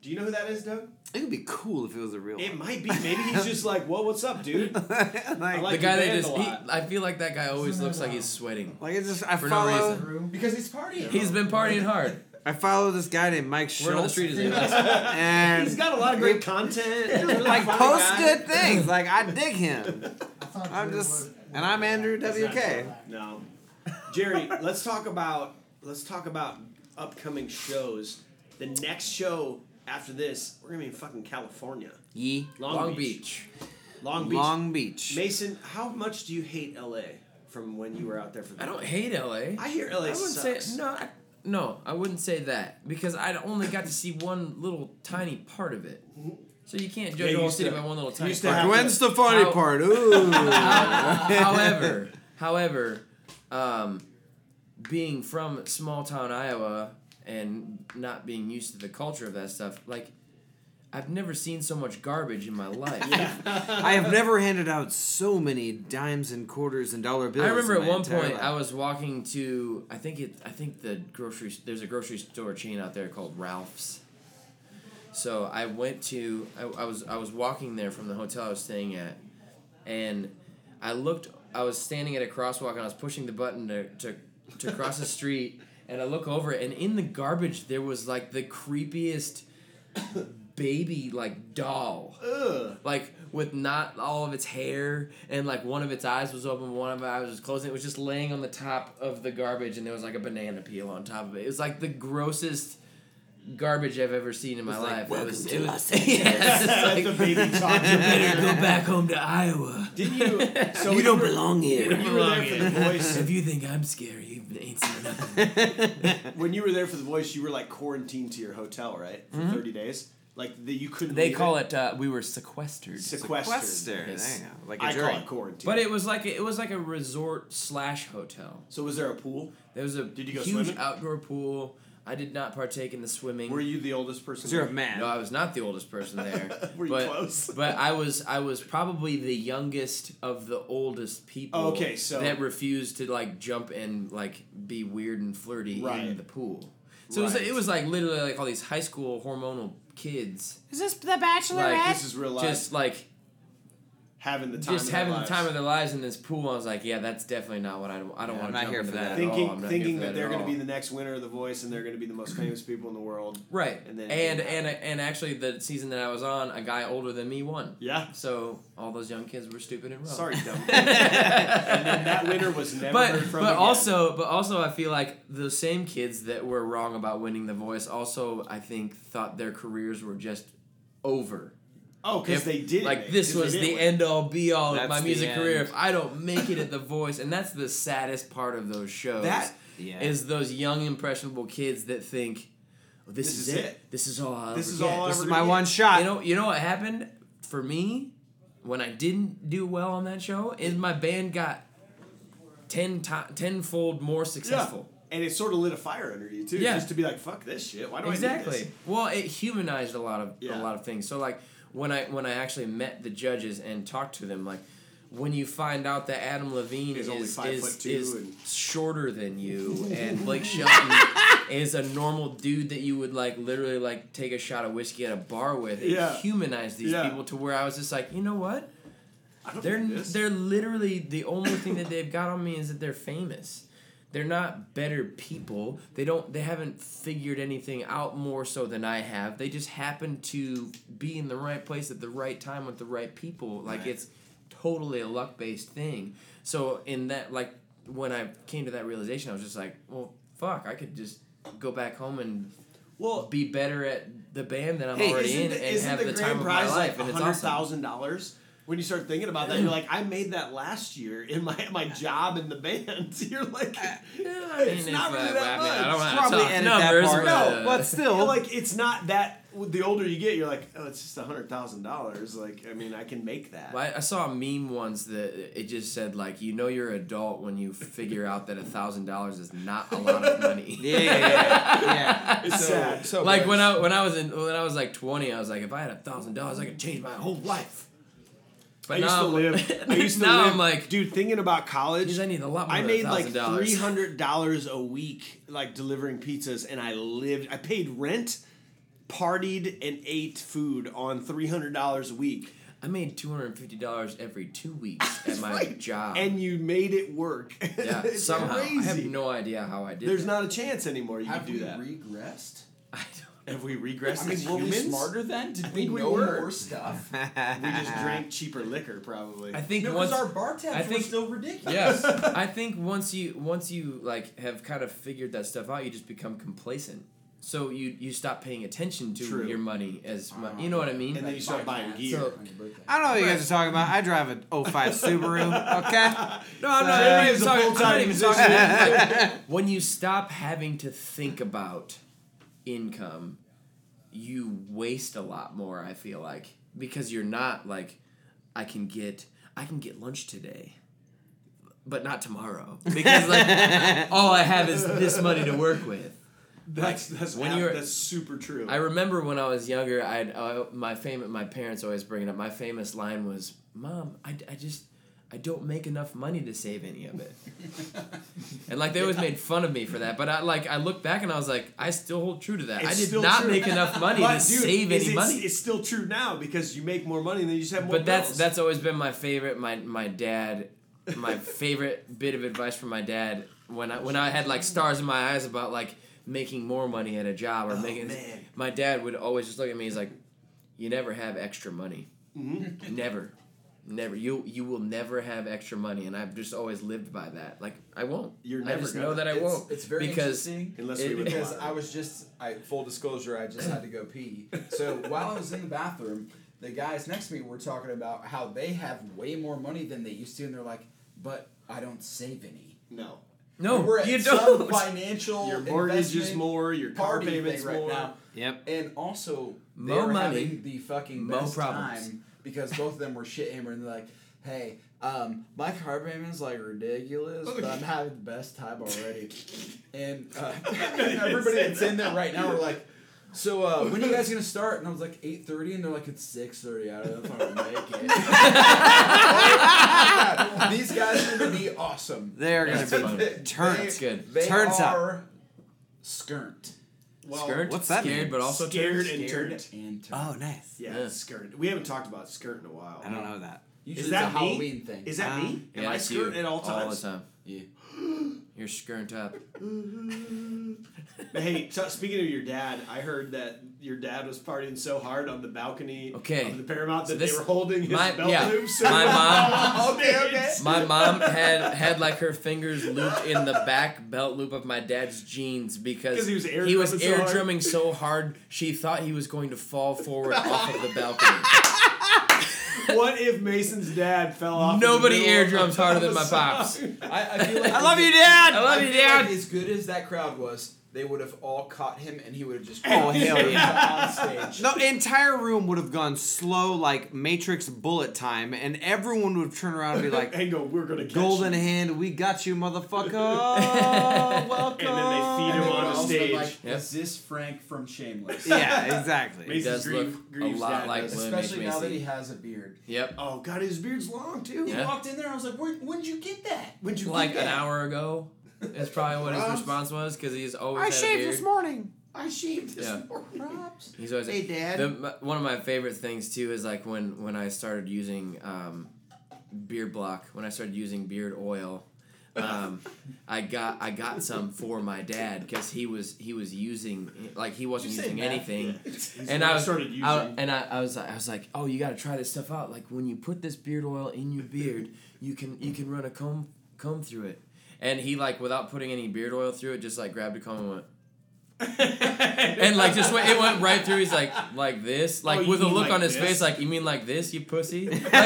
Speaker 5: Do you know who that is, Doug?
Speaker 2: It would be cool if it was a real
Speaker 5: It
Speaker 2: one.
Speaker 5: might be. Maybe he's just like, "Whoa, what's up, dude?" I
Speaker 2: like,
Speaker 5: like
Speaker 1: the guy that
Speaker 5: your band
Speaker 1: just.
Speaker 5: a
Speaker 1: He,
Speaker 5: lot.
Speaker 1: I feel like that guy always looks like he's sweating.
Speaker 2: like it just I
Speaker 1: For no
Speaker 2: follow
Speaker 1: reason.
Speaker 4: Because he's partying.
Speaker 1: He's been partying hard.
Speaker 2: I follow this guy named Mike
Speaker 1: Word on the
Speaker 2: Schultz
Speaker 1: street is he likes-
Speaker 2: and
Speaker 5: He's got a lot of great content. He's a really
Speaker 2: like
Speaker 5: funny
Speaker 2: post
Speaker 5: guy.
Speaker 2: good things. Like I dig him.
Speaker 6: I thought
Speaker 2: I'm
Speaker 6: Drew
Speaker 2: just-
Speaker 6: would-
Speaker 2: and I'm Andrew WK.
Speaker 5: No, Jerry. let's talk about let's talk about upcoming shows. The next show after this, we're gonna be in fucking California,
Speaker 2: Ye
Speaker 5: Long,
Speaker 1: Long,
Speaker 5: Beach.
Speaker 1: Beach.
Speaker 5: Long Beach.
Speaker 2: Long Beach.
Speaker 5: Mason, how much do you hate LA from when you were out there for? The
Speaker 1: I don't hate LA.
Speaker 5: I hear LA
Speaker 1: I wouldn't
Speaker 5: sucks.
Speaker 1: say no. I, no, I wouldn't say that because I only got to see one little tiny part of it. So you can't judge
Speaker 5: Mm-hmm. Yeah,
Speaker 1: a
Speaker 5: you
Speaker 1: whole
Speaker 5: used
Speaker 1: city
Speaker 5: to-
Speaker 1: by one little
Speaker 5: you
Speaker 1: tiny
Speaker 5: used to
Speaker 1: part.
Speaker 5: have-
Speaker 2: Gwen Stefani
Speaker 1: How-
Speaker 2: part. Ooh.
Speaker 1: However, However, um, being from small town Iowa and not being used to the culture of that stuff, like I've never seen so much garbage in my life.
Speaker 2: I have never handed out so many dimes and quarters and dollar bills.
Speaker 1: I remember
Speaker 2: in
Speaker 1: at
Speaker 2: my
Speaker 1: one
Speaker 2: entire
Speaker 1: point
Speaker 2: life.
Speaker 1: I was walking to I think it I think the grocery there's a grocery store chain out there called Ralph's. So I went to I, I was I was walking there from the hotel I was staying at, and I looked I was standing at a crosswalk and I was pushing the button to to, to cross the street and I look over and in the garbage there was like the creepiest baby like doll
Speaker 5: Ugh.
Speaker 1: like with not all of its hair and like one of its eyes was open, one of its eyes was closed. And it was just laying on the top of the garbage, and there was like a banana peel on top of it. It was like the grossest garbage I've ever seen in my life. it was, it was, Yes, it's like,
Speaker 5: the baby talked to me.
Speaker 1: "Better go back home to Iowa.
Speaker 5: Didn't you? So
Speaker 2: you don't
Speaker 5: were-
Speaker 2: belong
Speaker 5: When
Speaker 2: here.
Speaker 5: you were there for the voice,
Speaker 1: If you think I'm scary, you ain't seen nothing.
Speaker 5: when you were there for the voice, you were like quarantined to your hotel, right, for thirty days. Like the, you couldn't.
Speaker 1: Mm-hmm. They
Speaker 5: leave
Speaker 1: call it. Uh, we were sequestered.
Speaker 5: sequestered.
Speaker 2: Western,
Speaker 1: Yes.
Speaker 2: there you go, like a
Speaker 5: I
Speaker 2: jury.
Speaker 5: call it quarantine.
Speaker 1: But it was like a, it was like a resort slash hotel.
Speaker 5: so was there a pool?
Speaker 1: There was a
Speaker 5: Did you go
Speaker 1: huge
Speaker 5: swimming?
Speaker 1: outdoor pool. I did not partake in the swimming.
Speaker 5: Were you the oldest person?
Speaker 2: You're a
Speaker 5: there?
Speaker 2: man.
Speaker 1: No, I was not the oldest person there.
Speaker 5: Were you
Speaker 1: but,
Speaker 5: close?
Speaker 1: But I was I was probably the youngest of the oldest people
Speaker 5: Okay, so-
Speaker 1: that refused to like jump and like be weird and flirty in
Speaker 5: Right.
Speaker 1: the pool. So it,
Speaker 5: Right.
Speaker 1: was, it was like literally like all these high school hormonal kids
Speaker 2: Is this the Bachelorette?
Speaker 1: Like,
Speaker 5: This is real life.
Speaker 1: just like
Speaker 5: having the time.
Speaker 1: just
Speaker 5: of their
Speaker 1: having the
Speaker 5: lives.
Speaker 1: time of their lives in this pool. I was like, yeah, that's definitely not what I I don't
Speaker 2: Yeah, I'm
Speaker 1: want to
Speaker 2: not
Speaker 1: jump
Speaker 2: here
Speaker 1: into
Speaker 2: for
Speaker 1: that.
Speaker 2: that.
Speaker 1: at
Speaker 5: thinking
Speaker 1: all. Oh, I'm not
Speaker 5: thinking
Speaker 1: here for
Speaker 5: that they're
Speaker 1: at
Speaker 5: going to
Speaker 1: all.
Speaker 5: be the next winner of The Voice and they're going to be the most famous people in the world.
Speaker 1: right.
Speaker 5: and
Speaker 1: And
Speaker 5: then-
Speaker 1: and, and actually, the season that I was on, a guy older than me won.
Speaker 5: Yeah.
Speaker 1: So all those young kids were stupid and wrong.
Speaker 5: Sorry, dumb. and then that winner was never
Speaker 1: but
Speaker 5: heard from
Speaker 1: but
Speaker 5: again.
Speaker 1: also but also I feel like the same kids that were wrong about winning the voice also I think thought their careers were just over.
Speaker 5: oh, because
Speaker 1: If-
Speaker 5: they did
Speaker 1: Like this was the end all be all of
Speaker 2: That's
Speaker 1: my
Speaker 2: the
Speaker 1: music
Speaker 2: end.
Speaker 1: career if I don't make it at the voice and that's the saddest part of those shows.
Speaker 5: That-
Speaker 2: Yeah.
Speaker 1: is those young impressionable kids that think oh, this, is, it. This is all I ever get.
Speaker 5: I
Speaker 2: this is
Speaker 5: ever
Speaker 2: my
Speaker 5: did.
Speaker 2: one shot.
Speaker 1: You know, you know what happened for me when I didn't do well on that show is my band got ten ti tenfold more successful.
Speaker 5: And it sort of lit a fire under you too,
Speaker 1: Yeah.
Speaker 5: just to be like, "Fuck this shit. Why do I
Speaker 1: Exactly.
Speaker 5: need this?"
Speaker 1: Well, it humanized a lot of a
Speaker 5: Yeah.
Speaker 1: lot of things. So like when I when I actually met the judges and talked to them, like when you find out that Adam Levine is
Speaker 5: He's only five
Speaker 1: is,
Speaker 5: foot two
Speaker 1: is
Speaker 5: and-
Speaker 1: shorter than you, and Blake Shelton is a normal dude that you would like literally like take a shot of whiskey at a bar with, it
Speaker 5: Yeah.
Speaker 1: humanized these
Speaker 5: Yeah.
Speaker 1: people to where I was just like, you know what?
Speaker 5: I don't
Speaker 1: They're
Speaker 5: need this.
Speaker 1: they're literally the only thing that they've got on me is that they're famous. They're not better people. They don't they haven't figured anything out more so than I have. They just happen to be in the right place at the right time with the right people. Like
Speaker 2: Right.
Speaker 1: it's totally a luck-based thing. So in that like when I came to that realization, I was just like, well, fuck, I could just go back home and
Speaker 5: well,
Speaker 1: be better at the band that I'm
Speaker 2: Hey,
Speaker 1: already
Speaker 5: isn't
Speaker 1: in
Speaker 5: the,
Speaker 1: and
Speaker 5: isn't
Speaker 1: have
Speaker 5: the,
Speaker 1: the,
Speaker 5: grand
Speaker 1: time of my
Speaker 5: prize
Speaker 1: life
Speaker 5: like
Speaker 1: and it's
Speaker 5: hundred
Speaker 1: awesome.
Speaker 5: thousand dollars? When you start thinking about that, you're like, "I made that last year in my my job in the band." You're like,
Speaker 1: Uh, Yeah, I mean,
Speaker 5: It's not
Speaker 1: if,
Speaker 5: really
Speaker 1: uh, I
Speaker 5: that
Speaker 1: mean, I
Speaker 5: much.
Speaker 1: don't wanna
Speaker 2: Probably
Speaker 1: talk
Speaker 2: edit that
Speaker 1: numbers,
Speaker 2: part.
Speaker 1: but,
Speaker 2: No, but still,
Speaker 5: You're like it's not that. The older you get, you're like, oh, it's just a hundred thousand dollars. Like, I mean, I can make that.
Speaker 1: I, I saw a meme once that it just said like, you know, you're adult when you figure out that a thousand dollars is not a lot of money.
Speaker 2: yeah, yeah, yeah, yeah.
Speaker 4: It's
Speaker 5: sad.
Speaker 4: So
Speaker 1: Like when I when I was in when I was like twenty, I was like, if I had a thousand dollars, I could change my whole life. But
Speaker 5: I used
Speaker 1: now,
Speaker 5: to live. I used to
Speaker 1: now
Speaker 5: live,
Speaker 1: I'm like, dude,
Speaker 5: dude, thinking about college.
Speaker 1: I need a lot more.
Speaker 5: I
Speaker 1: than
Speaker 5: made like
Speaker 1: $1,000.
Speaker 5: three hundred dollars a week, like delivering pizzas, and I lived. I paid rent, partied, and ate food on three hundred dollars a week,
Speaker 1: I made two hundred and fifty dollars every two weeks at my
Speaker 5: Right.
Speaker 1: job.
Speaker 5: and you made it work.
Speaker 1: yeah,
Speaker 5: it's
Speaker 1: somehow
Speaker 5: crazy.
Speaker 1: I have no idea how I did.
Speaker 5: There's
Speaker 1: that.
Speaker 5: not a chance anymore. You
Speaker 4: have
Speaker 5: can do
Speaker 4: we
Speaker 5: that.
Speaker 4: regressed?
Speaker 1: I don't-
Speaker 5: have we regressed
Speaker 4: I mean,
Speaker 5: as
Speaker 4: were we
Speaker 5: humans?
Speaker 4: smarter then? Did we
Speaker 5: think we
Speaker 4: know
Speaker 5: were.
Speaker 4: more stuff?
Speaker 5: We just drank cheaper liquor, probably.
Speaker 1: I think
Speaker 4: No,
Speaker 1: once
Speaker 4: because our bar tabs
Speaker 1: I
Speaker 4: were
Speaker 1: think-
Speaker 4: still ridiculous.
Speaker 1: yes i think once you once you like have kind of figured that stuff out you just become complacent so you you stop paying attention to
Speaker 5: True.
Speaker 1: your money as much
Speaker 4: Uh-huh.
Speaker 1: you know what i mean
Speaker 5: And then you start buying gear.
Speaker 1: So-
Speaker 4: on your birthday.
Speaker 2: I don't know what you guys are talking about. I drive a 05 Subaru, okay?
Speaker 1: no i'm not, I'm
Speaker 5: Jeremy
Speaker 1: not
Speaker 5: is
Speaker 1: even
Speaker 5: a
Speaker 1: talking, I'm
Speaker 5: full-time
Speaker 1: not even talking about when you stop having to think about income you waste a lot more i feel like because you're not like i can get i can get lunch today but not tomorrow because like all I have is this money to work with.
Speaker 5: That's that's
Speaker 1: when
Speaker 5: ab-
Speaker 1: you're-
Speaker 5: that's super true.
Speaker 1: I remember when I was younger, I uh, my famous my parents always bring it up. My famous line was, "Mom, I, I just I don't make enough money to save any of it," and like they always made fun of me for that. But I like I look back and I was like, I still hold true to that. I
Speaker 5: It's
Speaker 1: did
Speaker 5: still
Speaker 1: not
Speaker 5: true.
Speaker 1: make enough money
Speaker 5: But,
Speaker 1: to
Speaker 5: dude,
Speaker 1: save
Speaker 5: is
Speaker 1: any
Speaker 5: it-
Speaker 1: money.
Speaker 5: It's still true now because you make more money than you just have more.
Speaker 1: But that's
Speaker 5: bills.
Speaker 1: that's always been my favorite. My my dad, my favorite bit of advice from my dad when I when I had like stars in my eyes about like making more money at a job or making.
Speaker 5: Oh, man.
Speaker 1: My dad would always just look at me. He's like, "You never have extra money.
Speaker 5: Mm-hmm.
Speaker 1: Never, never. You you will never have extra money." And I've just always lived by that. Like I won't.
Speaker 5: You're
Speaker 1: I
Speaker 5: never
Speaker 1: just
Speaker 5: gonna.
Speaker 1: know that I
Speaker 4: it's,
Speaker 1: won't.
Speaker 4: It's very
Speaker 1: because
Speaker 4: interesting.
Speaker 5: unless
Speaker 1: it-
Speaker 5: we win the
Speaker 4: because
Speaker 5: lottery.
Speaker 4: I was just I full disclosure, I just had to go pee. So while I was in the bathroom, the guys next to me were talking about how they have way more money than they used to, and they're like, "But I don't save any."
Speaker 5: no.
Speaker 1: no,
Speaker 4: we're at
Speaker 1: you
Speaker 4: some
Speaker 1: don't.
Speaker 4: financial
Speaker 5: Your mortgage is
Speaker 4: investment
Speaker 5: more. Your car
Speaker 4: party thing
Speaker 5: payments
Speaker 4: right
Speaker 5: more.
Speaker 4: now,
Speaker 2: Yep.
Speaker 4: and also
Speaker 1: Mo
Speaker 4: they're
Speaker 1: money,
Speaker 4: having the fucking
Speaker 1: mo
Speaker 4: best
Speaker 1: problems.
Speaker 4: time because both of them were shit hammered and they're like, "Hey." Um, my car payment's like ridiculous, but I'm having the best time already. And uh, everybody that's in there right now are like, so uh, when are you guys gonna start? And I was like eight thirty, and they're like it's six thirty. I don't know if I'm gonna make it. These guys are gonna be awesome.
Speaker 2: They are going
Speaker 1: That's
Speaker 2: to
Speaker 1: funny.
Speaker 2: be turned.
Speaker 1: That's good.
Speaker 4: They
Speaker 2: Turns up.
Speaker 4: are skirt.
Speaker 5: Well,
Speaker 1: Skirt,
Speaker 2: what's that
Speaker 1: Scared,
Speaker 2: mean?
Speaker 1: but also
Speaker 5: Scared
Speaker 1: turned.
Speaker 5: and turned.
Speaker 4: and turnt.
Speaker 2: Oh, nice.
Speaker 5: Yeah,
Speaker 1: Yeah.
Speaker 5: skirt. We haven't talked about skirt in a while.
Speaker 2: I don't know that.
Speaker 4: Usually
Speaker 5: that
Speaker 4: it's a
Speaker 5: me?
Speaker 4: Halloween thing.
Speaker 5: Is that me?
Speaker 1: Uh, Yeah,
Speaker 5: Am I
Speaker 1: it's you
Speaker 5: skirt at all times?
Speaker 1: All the time.
Speaker 4: Yeah.
Speaker 1: You're skirting up.
Speaker 5: But hey, so speaking of your dad, I heard that your dad was partying so hard on the balcony
Speaker 1: Okay.
Speaker 5: of the Paramount that
Speaker 1: So
Speaker 5: they
Speaker 1: this-
Speaker 5: were holding his
Speaker 1: my-
Speaker 5: belt
Speaker 1: yeah.
Speaker 5: loop. So
Speaker 1: My mom-
Speaker 5: okay, okay.
Speaker 1: My mom had had like her fingers looped in the back belt loop of my dad's jeans because
Speaker 5: 'Cause he was air
Speaker 1: he was
Speaker 5: drumming so
Speaker 1: air
Speaker 5: hard.
Speaker 1: drumming so hard she thought he was going to fall forward off of the balcony.
Speaker 5: What if Mason's dad fell off? in the
Speaker 1: Nobody
Speaker 5: middle
Speaker 1: air
Speaker 5: of-
Speaker 1: drums harder than
Speaker 5: of a
Speaker 1: my pops.
Speaker 5: song?
Speaker 4: I, I feel like
Speaker 2: I love you, Dad.
Speaker 1: I love
Speaker 4: I
Speaker 1: you,
Speaker 4: feel like
Speaker 1: Dad.
Speaker 4: as good as that crowd was, they would have all caught him and he would have just
Speaker 2: Oh, hell
Speaker 4: yeah. on stage.
Speaker 2: The entire room would have gone slow, like Matrix bullet time, and everyone would turn around and be like,
Speaker 5: and go, we're gonna catch
Speaker 2: Golden
Speaker 5: you."
Speaker 2: hand, we got you, motherfucker.
Speaker 5: And
Speaker 2: Welcome.
Speaker 5: then they feed him on the stage.
Speaker 1: Yep.
Speaker 4: Is this Frank from Shameless?
Speaker 2: Yeah, exactly.
Speaker 5: Mason
Speaker 1: does
Speaker 5: Grieve-
Speaker 1: look a
Speaker 5: Grieve's
Speaker 1: lot
Speaker 5: dad
Speaker 1: like
Speaker 5: does.
Speaker 1: Lin.
Speaker 4: Especially
Speaker 1: Mace
Speaker 4: now that
Speaker 1: Macy.
Speaker 4: he has a beard.
Speaker 1: Yep.
Speaker 5: Oh god, his beard's long too.
Speaker 1: Yeah.
Speaker 4: I walked in there and I was like, Where, when did you get that?
Speaker 5: When'd you
Speaker 1: Like
Speaker 5: get
Speaker 1: an
Speaker 5: that?
Speaker 1: hour ago is probably what his
Speaker 4: Props.
Speaker 1: response was because he's always had a beard.
Speaker 2: morning.
Speaker 4: I shaved this
Speaker 1: Yeah.
Speaker 4: morning.
Speaker 1: He's always
Speaker 2: Hey, Dad.
Speaker 1: The, my, one of my favorite things too is like when when I started using um, beard block. When I started using beard oil, um, I got I got some for my dad because he was he was using like he wasn't
Speaker 4: you say
Speaker 1: using
Speaker 4: math?
Speaker 1: anything.
Speaker 5: He's
Speaker 1: And
Speaker 5: when
Speaker 1: I was,
Speaker 5: started using.
Speaker 1: I, and I, I was like, I was like, oh, you got to try this stuff out. Like when you put this beard oil in your beard, you can you can run a comb comb through it. And he like without putting any beard oil through it, just like grabbed a comb and went and like just went, it went right through. He's like like this, like
Speaker 5: Oh, you
Speaker 1: with a
Speaker 5: mean
Speaker 1: look
Speaker 5: like
Speaker 1: on his
Speaker 5: this?
Speaker 1: face, like you mean like this, you pussy. Like, just like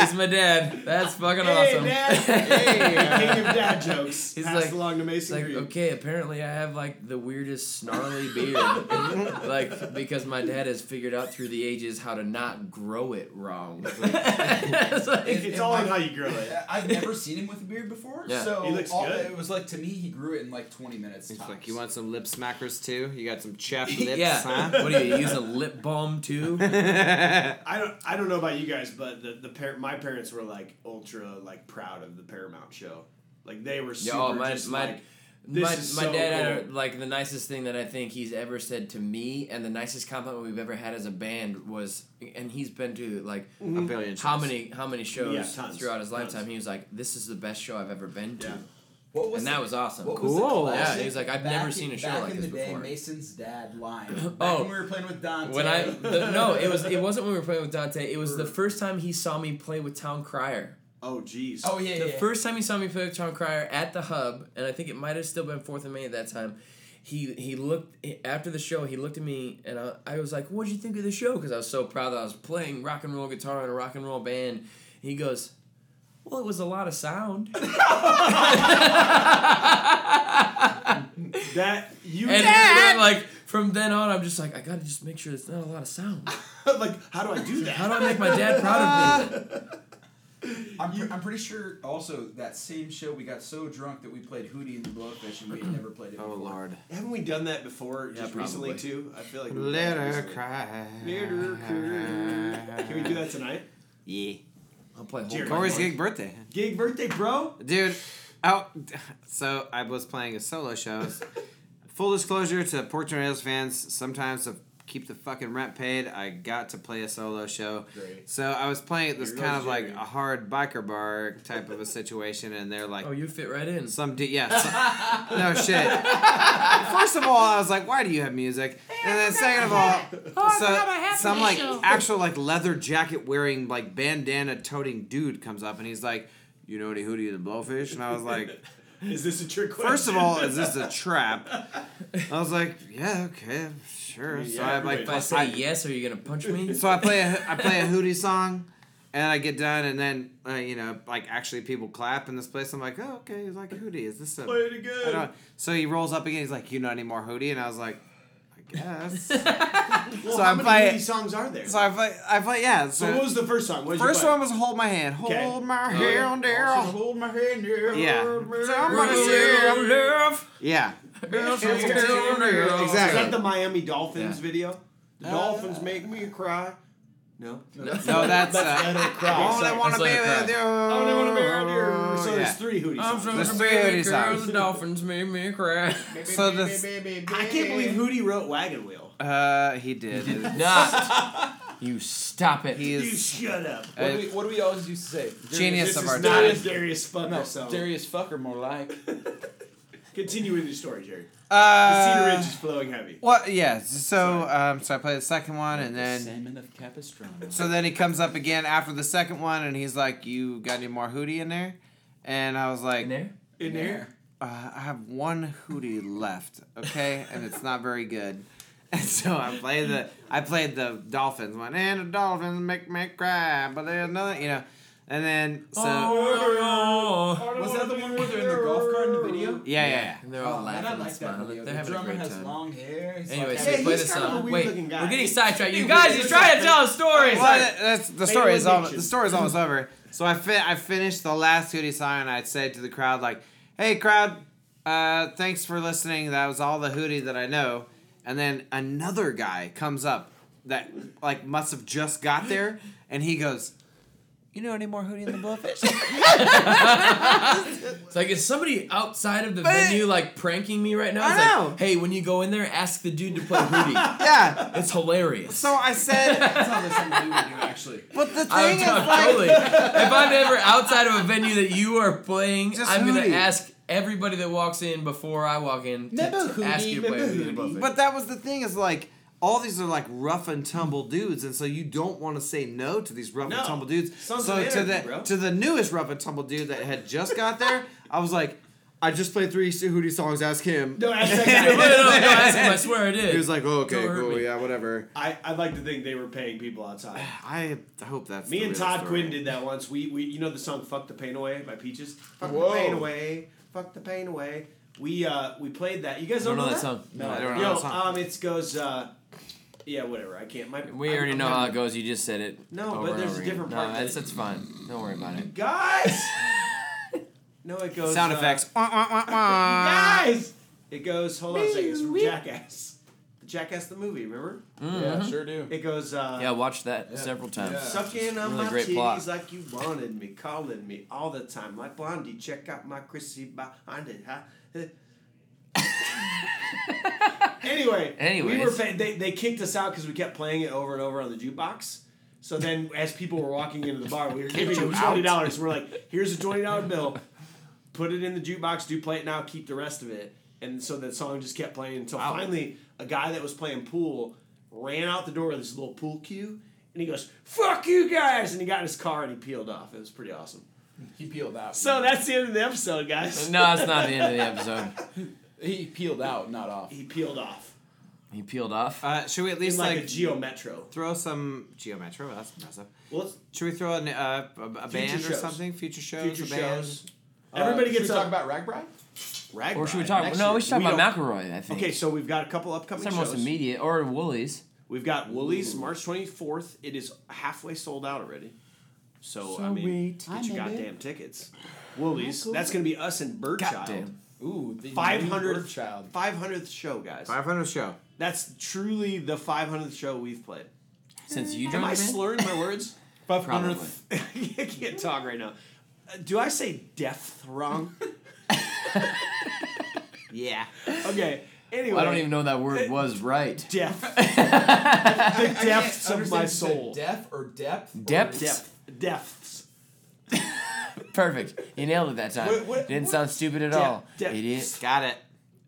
Speaker 1: he's my dad. That's fucking
Speaker 5: Hey,
Speaker 1: awesome.
Speaker 5: Dad. Hey, king of dad jokes.
Speaker 1: He's
Speaker 5: passed
Speaker 1: like-
Speaker 5: along to
Speaker 1: It's
Speaker 5: Mason
Speaker 1: like
Speaker 5: Green.
Speaker 1: okay, apparently I have like the weirdest snarly beard, like because my dad has figured out through the ages how to not grow it wrong. It's like-
Speaker 4: It-
Speaker 5: It's
Speaker 4: it
Speaker 5: all
Speaker 4: might-
Speaker 5: in how you grow it.
Speaker 4: I've never seen him with a beard before,
Speaker 1: Yeah.
Speaker 4: so
Speaker 5: He looks
Speaker 4: all-
Speaker 5: good.
Speaker 4: it was like to me he grew it in like twenty minutes.
Speaker 2: It's
Speaker 4: tops.
Speaker 2: like, you want some lip smackers too? You got some chapped lips,
Speaker 1: yeah.
Speaker 2: huh?
Speaker 1: What do you use a lip balm too?
Speaker 5: I don't. I don't know about you guys, but the the par- my parents were like ultra like proud of the Paramount show. Like they were
Speaker 1: Yeah,
Speaker 5: super.
Speaker 1: oh, my-
Speaker 5: just
Speaker 1: my-
Speaker 5: like, this
Speaker 1: my,
Speaker 5: is
Speaker 1: my
Speaker 5: so
Speaker 1: dad,
Speaker 5: cool.
Speaker 1: uh, like the nicest thing that I think he's ever said to me, and the nicest compliment we've ever had as a band was, and he's been to like
Speaker 2: A billion
Speaker 1: how
Speaker 2: shows.
Speaker 1: many how many shows
Speaker 5: Yeah, tons,
Speaker 1: throughout his lifetime.
Speaker 5: tons.
Speaker 1: He was like, "This is the best show I've ever been to,"
Speaker 5: Yeah.
Speaker 4: What was
Speaker 1: and
Speaker 4: the-
Speaker 1: that was awesome.
Speaker 4: What
Speaker 2: Cool.
Speaker 4: Was the
Speaker 1: Yeah,
Speaker 4: classic
Speaker 1: he was like, I've
Speaker 4: back
Speaker 1: never
Speaker 4: in-
Speaker 1: seen a show
Speaker 4: back
Speaker 1: like
Speaker 4: in
Speaker 1: this
Speaker 4: the day,
Speaker 1: before.
Speaker 4: Mason's dad line.
Speaker 1: Oh.
Speaker 4: oh, when we were playing with Dante.
Speaker 1: When I the, no, it was it wasn't when we were playing with Dante. It was the first time he saw me play with Town Crier.
Speaker 5: Oh jeez.
Speaker 4: oh yeah,
Speaker 1: The
Speaker 4: yeah.
Speaker 1: first time he saw me play with Town Crier at the hub, and I think it might have still been Fourth and May at that time. He he looked after the show. He looked at me, and I, I was like, "What'd you think of the show?" Because I was so proud that I was playing rock and roll guitar in a rock and roll band. And he goes, "Well, it was a lot of sound."
Speaker 5: That you
Speaker 1: And
Speaker 5: dad.
Speaker 1: then, like from then on, I'm just like, I gotta just make sure it's not a lot of sound.
Speaker 5: like how do I do that?
Speaker 1: How do I make my dad proud of me?
Speaker 6: I'm,
Speaker 4: You-
Speaker 6: pre- I'm pretty sure also that same show we got so drunk that we played Hootie and the Blowfish and we had never played it
Speaker 2: Oh
Speaker 6: before.
Speaker 2: lord.
Speaker 5: Haven't we done that before?
Speaker 1: Yeah,
Speaker 5: just recently
Speaker 1: probably.
Speaker 5: too. I feel like we've done that
Speaker 2: Let her
Speaker 5: recently.
Speaker 2: cry.
Speaker 5: Let her cry. Can we do that tonight?
Speaker 2: Yeah.
Speaker 1: I'll play whole
Speaker 5: Jerry.
Speaker 1: Pie
Speaker 2: Corey's
Speaker 1: Boy.
Speaker 2: gig birthday.
Speaker 5: Gig birthday, bro.
Speaker 2: Dude, oh, so I was playing a solo show. Full disclosure to Porch and Rails fans, sometimes to keep the fucking rent paid, I got to play a solo show.
Speaker 6: Great.
Speaker 2: So I was playing at this
Speaker 5: Here
Speaker 2: kind
Speaker 5: goes
Speaker 2: of like
Speaker 5: Jerry.
Speaker 2: a hard biker bar type of a situation, and they're like,
Speaker 1: Oh, you fit right in.
Speaker 2: some dude, yeah. Some, no shit. First of all, I was like, why do you have music? And then second of all, so some like actual like leather jacket wearing like bandana toting dude comes up and he's like, you know any Hootie and the Blowfish? And I was like,
Speaker 5: Is this a trick question?
Speaker 2: first of all, is this a trap? I was like, yeah, okay, sure. So
Speaker 5: Yeah,
Speaker 2: I like
Speaker 5: everybody-
Speaker 1: If I say yes, are you gonna punch me?
Speaker 2: so I play a I play a Hootie song, and I get done, and then uh, you know, like actually people clap in this place. I'm like, oh okay, he's like Hootie. Is this a
Speaker 5: Play it
Speaker 2: I
Speaker 5: again.
Speaker 2: don't. So he rolls up again. He's like, you know any more Hootie? And I was like, I guess.
Speaker 5: Well,
Speaker 2: so
Speaker 5: how
Speaker 2: I'm
Speaker 5: many
Speaker 2: playing-
Speaker 5: Hootie songs are there?
Speaker 2: so I play. I play. Yeah.
Speaker 5: So what
Speaker 2: So
Speaker 5: was the first song? What did you
Speaker 2: first
Speaker 5: play?
Speaker 2: one was hold my hand. Hold
Speaker 5: Okay. Oh,
Speaker 2: my
Speaker 1: yeah.
Speaker 2: hand,
Speaker 6: Also,
Speaker 2: Daryl.
Speaker 6: hold my hand there.
Speaker 2: Yeah.
Speaker 1: Right
Speaker 2: Somebody
Speaker 1: here,
Speaker 2: say-
Speaker 1: love.
Speaker 2: Yeah.
Speaker 5: Is that
Speaker 2: Exactly. Uh,
Speaker 5: the Miami Dolphins
Speaker 1: Yeah.
Speaker 5: video? The Dolphins make me cry. No.
Speaker 2: No, that's.
Speaker 5: Let
Speaker 2: Uh,
Speaker 5: her cry.
Speaker 2: don't I
Speaker 5: Sorry.
Speaker 2: want to
Speaker 1: That's
Speaker 2: be
Speaker 1: like a
Speaker 2: with
Speaker 1: cry.
Speaker 2: you?
Speaker 5: I don't want to be around here. So
Speaker 2: Yeah.
Speaker 5: there's three Hootie
Speaker 1: I'm
Speaker 5: songs.
Speaker 1: from
Speaker 2: Let's
Speaker 1: the
Speaker 2: do
Speaker 1: Bay,
Speaker 2: it, Isaac.
Speaker 1: girls and dolphins made me cry.
Speaker 2: So this-
Speaker 5: I can't believe Hootie wrote Wagon Wheel.
Speaker 2: Uh, he did.
Speaker 1: Not. You stop it.
Speaker 2: He
Speaker 5: You
Speaker 2: is
Speaker 5: shut up.
Speaker 6: What do, we, what do we always used to say?
Speaker 2: Genius
Speaker 5: This
Speaker 2: of
Speaker 5: is
Speaker 2: our
Speaker 5: not
Speaker 2: time.
Speaker 5: a Darius Fucker
Speaker 6: No,
Speaker 5: song.
Speaker 6: Darius Fucker, more like.
Speaker 5: Continue with your story, Jerry. The
Speaker 2: Uh,
Speaker 5: Cedar Ridge is flowing heavy.
Speaker 2: Well, yeah. So, um, so I play the second one, and then
Speaker 6: Salmon of Capistrano.
Speaker 2: So then he comes up again after the second one, and he's like, "You got any more hootie in there?" And I was like,
Speaker 1: In
Speaker 2: uh,
Speaker 1: there?
Speaker 5: In there.
Speaker 2: "I have one hootie left, okay, and it's not very good." And so I played the I played the dolphins one, and the dolphins make me cry, but there's nothing, you know. And then so
Speaker 1: Oh,
Speaker 6: Was that the one where they're in the golf cart in the video?
Speaker 2: yeah, yeah,
Speaker 1: And they're all
Speaker 6: Oh, man,
Speaker 1: laughing
Speaker 6: I
Speaker 1: and
Speaker 6: like that video.
Speaker 1: smiling. They're
Speaker 6: the
Speaker 1: having a
Speaker 6: drummer
Speaker 1: great
Speaker 6: has
Speaker 1: time.
Speaker 6: long hair. He's
Speaker 1: Anyway,
Speaker 6: like,
Speaker 1: so
Speaker 5: Yeah,
Speaker 1: we play the
Speaker 5: he's kind of a
Speaker 1: song.
Speaker 5: weird
Speaker 1: Wait,
Speaker 5: looking guy.
Speaker 1: we're getting sidetracked. You
Speaker 5: He's
Speaker 1: guys,
Speaker 5: weird.
Speaker 1: he's trying to tell a story.
Speaker 2: yeah. Well, that- that's the story is all the story's almost over. So I fin- I finished the last hootie song, and I said to the crowd like, "Hey, crowd, uh, thanks for listening. That was all the hootie that I know. And then another guy comes up that like must have just got there, and he goes, "You know any more hootie in the blowfish?"
Speaker 1: It's like, is somebody outside of the
Speaker 2: But-
Speaker 1: venue like pranking me right now?
Speaker 2: I
Speaker 1: It's
Speaker 2: know.
Speaker 1: like, hey, when you go in there, ask the dude to play Hootie.
Speaker 2: yeah.
Speaker 1: it's hilarious.
Speaker 2: So I said,
Speaker 6: That's not the thing we would do, actually.
Speaker 2: "But the
Speaker 1: I
Speaker 2: thing
Speaker 1: would
Speaker 2: is
Speaker 1: talk
Speaker 2: like."
Speaker 1: totally. if I'm ever outside of a venue that you are playing,
Speaker 2: Just
Speaker 1: I'm gonna
Speaker 2: Hootie.
Speaker 1: ask everybody that walks in before I walk in to,
Speaker 6: Remember
Speaker 1: to ask
Speaker 6: Hootie,
Speaker 1: you to play
Speaker 6: remember
Speaker 1: Hootie and
Speaker 6: Hootie.
Speaker 1: Buffett.
Speaker 2: But that was the thing is like all these are like rough and tumble dudes, and so you don't want to say no to these rough
Speaker 5: No.
Speaker 2: and tumble dudes.
Speaker 5: Sons
Speaker 2: so
Speaker 5: of
Speaker 2: to the
Speaker 5: anarchy, bro.
Speaker 2: to the newest rough and tumble dude that had just got there, I was like, I just played three Hootie songs. Ask him.
Speaker 5: No, ask
Speaker 1: no,
Speaker 5: that
Speaker 1: no, no,
Speaker 5: guy.
Speaker 1: no, ask him, I swear I did.
Speaker 2: He was like, oh, okay,
Speaker 1: Don't hurt
Speaker 2: cool,
Speaker 1: me.
Speaker 2: yeah, whatever.
Speaker 5: I, I'd like to think they were paying people outside.
Speaker 2: I hope that's
Speaker 5: Me
Speaker 2: the
Speaker 5: and
Speaker 2: real
Speaker 5: Todd
Speaker 2: story.
Speaker 5: Quinn did that once. We, we you know the song "Fuck the Pain Away" by Peaches. Fuck
Speaker 6: Whoa.
Speaker 5: the pain away. Fuck the pain away. We uh we played that. You guys
Speaker 1: I don't
Speaker 5: don't,
Speaker 1: know that song.
Speaker 2: No, I don't know
Speaker 5: Yo,
Speaker 2: that song.
Speaker 5: um, it goes. uh Yeah, whatever. I can't. My
Speaker 1: We
Speaker 5: I'm-
Speaker 1: already
Speaker 5: I'm
Speaker 1: know how
Speaker 5: having-
Speaker 1: it goes. You just said it.
Speaker 5: No,
Speaker 1: over
Speaker 5: but
Speaker 1: and
Speaker 5: there's a
Speaker 1: over again.
Speaker 5: different
Speaker 1: No,
Speaker 5: part
Speaker 1: that's
Speaker 5: that-
Speaker 1: that's fine. Don't worry about it.
Speaker 5: Guys. no, it goes.
Speaker 2: Sound
Speaker 5: uh,
Speaker 2: effects. Wah, wah, wah, wah.
Speaker 5: Guys, it goes. Hold on a second. It's from Jackass. Jackass the movie. Remember?
Speaker 6: Yeah,
Speaker 1: Mm-hmm.
Speaker 6: sure do.
Speaker 5: It goes. Uh,
Speaker 1: Yeah, I watched that
Speaker 6: Yeah.
Speaker 1: several times.
Speaker 6: Yeah.
Speaker 5: Sucking on
Speaker 1: Really
Speaker 5: my
Speaker 1: great
Speaker 5: titties
Speaker 1: plot.
Speaker 5: like you wanted me, calling me all the time. Like Blondie, check out my Chrissy behind it. Huh? anyway, we were
Speaker 1: Anyways.
Speaker 5: fa- they, they kicked us out because we kept playing it over and over on the jukebox. So then, as people were walking into the bar, we were giving them twenty dollars. We're like, "Here's a twenty dollar bill. Put it in the jukebox. Do play it now. Keep the rest of it." And so that song just kept playing until finally a guy that was playing pool ran out the door with his little pool cue, and he goes, "Fuck you guys!" And he got in his car and he peeled off. It was pretty awesome.
Speaker 6: He peeled out.
Speaker 5: So that's the end of the episode, guys.
Speaker 1: No, that's not the end of the episode.
Speaker 6: He peeled out, not off.
Speaker 5: He peeled off
Speaker 1: He peeled off.
Speaker 2: Uh, should we at
Speaker 5: in
Speaker 2: least
Speaker 5: like,
Speaker 2: like,
Speaker 5: a Geo Metro.
Speaker 2: throw some Geo Metro? That's impressive.
Speaker 5: Well, it's-
Speaker 2: Should we throw an, uh, a, a band or
Speaker 5: shows.
Speaker 2: something? Future shows.
Speaker 5: future
Speaker 2: a band?
Speaker 5: shows.
Speaker 6: Uh,
Speaker 5: Everybody
Speaker 6: should
Speaker 5: gets
Speaker 6: we
Speaker 5: a
Speaker 6: talk about Ragbri?
Speaker 5: rag
Speaker 1: Or should we
Speaker 5: ride
Speaker 1: talk?
Speaker 5: uh, next
Speaker 1: No,
Speaker 5: year.
Speaker 1: we should talk
Speaker 5: We
Speaker 1: about
Speaker 5: don't-
Speaker 1: McElroy. I think.
Speaker 5: Okay, so we've got a couple upcoming
Speaker 1: That's our most
Speaker 5: shows.
Speaker 1: immediate. Or Woolies.
Speaker 5: We've got Woolies March 24th. It is halfway sold out already. So,
Speaker 1: So
Speaker 5: I mean,
Speaker 1: wait.
Speaker 5: to get you
Speaker 7: I know it.
Speaker 5: goddamn tickets. Woolies. That's gonna be us and Birdchild.
Speaker 1: Goddamn.
Speaker 4: Ooh, the
Speaker 5: Five hundred
Speaker 4: child.
Speaker 5: Five hundredth show, guys.
Speaker 4: 500 show.
Speaker 5: That's truly the five hundredth show we've played.
Speaker 1: Since you
Speaker 5: Am I
Speaker 1: joined, man?
Speaker 5: slurring my words?
Speaker 1: Probably.
Speaker 5: I can't talk right now. Uh, do I say death wrong? yeah. Okay. Anyway,
Speaker 1: I don't even know that word was right.
Speaker 5: death,
Speaker 4: The
Speaker 5: depths of my soul.
Speaker 4: Depth or depth? or-
Speaker 1: Depth?
Speaker 5: depth, depths.
Speaker 1: Perfect. You nailed it that time.
Speaker 5: What- what-
Speaker 1: Didn't
Speaker 5: what-
Speaker 1: sound stupid at
Speaker 5: Dep-
Speaker 1: all.
Speaker 5: depths.
Speaker 1: Idiot.
Speaker 2: Got it.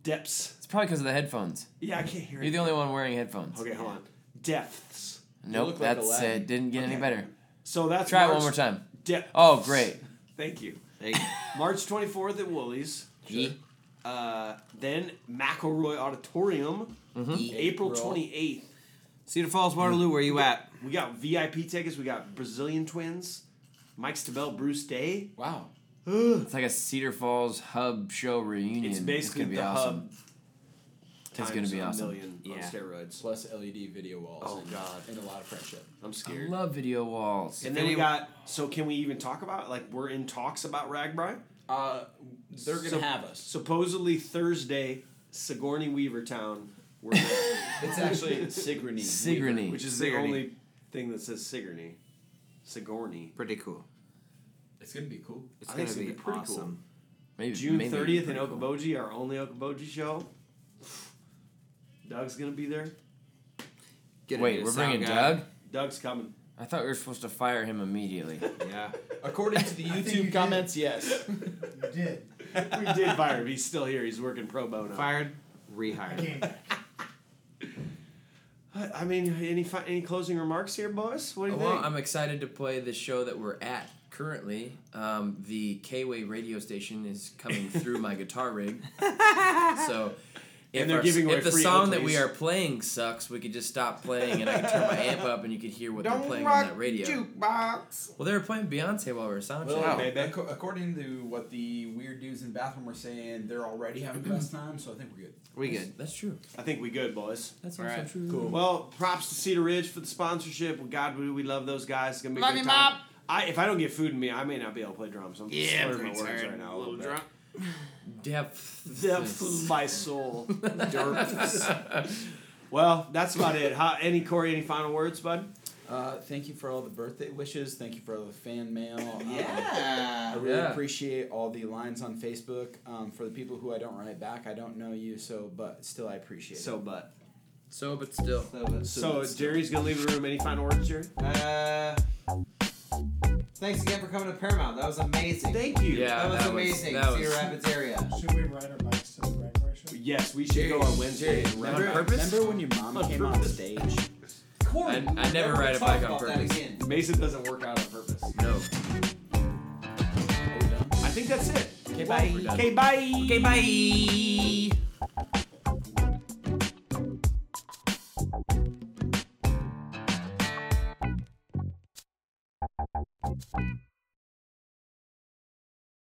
Speaker 5: Depths.
Speaker 1: It's probably because of the headphones.
Speaker 5: Yeah, I can't hear
Speaker 1: You're
Speaker 5: it.
Speaker 1: the only one wearing headphones.
Speaker 5: Okay, hold on. Depths.
Speaker 1: Nope,
Speaker 4: look like
Speaker 1: that's
Speaker 4: Aladdin.
Speaker 1: it. Didn't get any better.
Speaker 5: So that's
Speaker 1: Try it
Speaker 5: March,
Speaker 1: one more time.
Speaker 5: Depths.
Speaker 1: Oh, great.
Speaker 5: Thank you.
Speaker 2: There you go.
Speaker 5: March 24th at Woolies.
Speaker 2: Yeet.
Speaker 5: Uh, then McElroy Auditorium,
Speaker 1: Mm-hmm.
Speaker 5: April 28th.
Speaker 2: Cedar Falls, Waterloo, where you at?
Speaker 5: We got VIP tickets. We got Brazilian Twins, Mike Stabell, Bruce Day.
Speaker 4: Wow.
Speaker 1: It's like a Cedar Falls hub show reunion.
Speaker 5: It's basically
Speaker 1: gonna be
Speaker 5: the
Speaker 1: awesome.
Speaker 5: hub.
Speaker 1: It's gonna
Speaker 5: times
Speaker 1: be
Speaker 5: a
Speaker 1: awesome.
Speaker 5: Million on
Speaker 2: Yeah.
Speaker 5: steroids.
Speaker 4: Plus LED video walls.
Speaker 5: Oh,
Speaker 4: and,
Speaker 5: God.
Speaker 4: And a lot of friendship.
Speaker 5: I'm
Speaker 1: I
Speaker 5: scared.
Speaker 1: love video walls.
Speaker 5: And then we
Speaker 2: Video-
Speaker 5: got. So can we even talk about like we're in talks about Ragbri?
Speaker 4: Uh, they're gonna
Speaker 5: So-
Speaker 4: have us.
Speaker 5: Supposedly Thursday, Sigourney Weaver Town. We're there,
Speaker 4: It's actually Sigourney.
Speaker 1: Sigourney.
Speaker 5: which is the
Speaker 2: Sigourney.
Speaker 5: only thing that says Sigourney. Sigourney.
Speaker 2: Pretty cool.
Speaker 4: It's gonna be cool.
Speaker 2: It's
Speaker 5: I
Speaker 2: gonna
Speaker 5: think it's
Speaker 2: be,
Speaker 5: gonna be pretty cool.
Speaker 2: awesome.
Speaker 1: maybe
Speaker 5: June
Speaker 1: maybe
Speaker 5: 30th in
Speaker 1: pretty cool.
Speaker 5: Okoboji, our only Okoboji show. Doug's gonna be there.
Speaker 2: Get
Speaker 1: Wait,
Speaker 2: a
Speaker 1: we're
Speaker 2: sound
Speaker 1: bringing
Speaker 2: guy.
Speaker 1: Doug.
Speaker 5: Doug's coming.
Speaker 1: I thought we were supposed to fire him immediately.
Speaker 2: Yeah.
Speaker 4: According to the
Speaker 3: I think you
Speaker 4: YouTube
Speaker 3: did.
Speaker 4: comments, yes.
Speaker 3: You did.
Speaker 5: We did fire him. He's still here. He's working pro bono.
Speaker 2: Fired.
Speaker 3: I
Speaker 2: Rehired.
Speaker 3: came back.
Speaker 5: I I mean, any fi- any closing remarks here, boys? What do you
Speaker 1: well,
Speaker 5: think?
Speaker 1: I'm excited to play the show that we're at currently. Um, the K-Way radio station is coming through my guitar rig. So if,
Speaker 5: And they're
Speaker 1: our-
Speaker 5: giving away
Speaker 1: if the
Speaker 5: free
Speaker 1: song that
Speaker 5: Oakleys.
Speaker 1: we are playing sucks, we could just stop playing and I could turn my amp up and you could hear what they're playing on that radio.
Speaker 2: jukebox.
Speaker 1: Well, they were playing Beyonce while we were sound
Speaker 4: Well,
Speaker 1: checking.
Speaker 5: baby.
Speaker 4: ac- according to what the weird dudes in the bathroom were saying, they're already having the best time, so I think we're good.
Speaker 2: We good.
Speaker 1: That's true.
Speaker 5: I think we good, boys.
Speaker 1: That's
Speaker 2: All
Speaker 1: also
Speaker 2: right,
Speaker 1: true.
Speaker 5: Well, props to Cedar Ridge for the sponsorship. Well, God, we, we love those guys. It's gonna be
Speaker 2: Love
Speaker 5: a good
Speaker 2: you,
Speaker 5: time.
Speaker 2: Mom.
Speaker 5: I, if I don't get food in me, I may not be able to play drums. I'm just
Speaker 2: Yeah, I'm
Speaker 5: slurring my
Speaker 2: pretty
Speaker 5: words
Speaker 2: tired.
Speaker 5: right now.
Speaker 2: a little
Speaker 5: bit.
Speaker 2: drunk.
Speaker 1: Depth.
Speaker 5: Depth of my soul. well, that's about it. How, any Corey? Any final words, bud?
Speaker 4: Uh, thank you for all the birthday wishes. Thank you for all the fan mail. Um, I
Speaker 2: Yeah.
Speaker 4: really
Speaker 1: Yeah.
Speaker 4: appreciate all the lines on Facebook. Um, for the people who I don't write back, I don't know you, so but still I appreciate
Speaker 5: So,
Speaker 4: it.
Speaker 5: but
Speaker 1: So, but still.
Speaker 5: so, Jerry's gonna leave the room. Any final words, Jerry?
Speaker 2: Uh, thanks again for coming to Paramount. That was amazing.
Speaker 5: Thank you.
Speaker 1: Yeah,
Speaker 2: that was
Speaker 1: that was-
Speaker 2: amazing.
Speaker 1: that
Speaker 2: Cedar
Speaker 1: was-
Speaker 2: Rapids area.
Speaker 3: Should we ride our bikes to the Ragbri show?
Speaker 5: Yes, we should go on Wednesday. and run
Speaker 1: Remember-
Speaker 5: around.
Speaker 1: purpose?
Speaker 4: Remember when your mom
Speaker 5: On
Speaker 4: came on
Speaker 5: purpose.
Speaker 4: stage?
Speaker 2: Corey,
Speaker 1: I- I never
Speaker 2: we're
Speaker 1: ride a
Speaker 2: talking
Speaker 1: bike on
Speaker 2: about
Speaker 1: purpose.
Speaker 2: That again.
Speaker 5: Mason doesn't work out on purpose.
Speaker 1: No.
Speaker 4: Are we done?
Speaker 5: I think that's it.
Speaker 4: Okay, bye.
Speaker 1: We're done.
Speaker 5: Okay, bye.
Speaker 2: Okay, bye.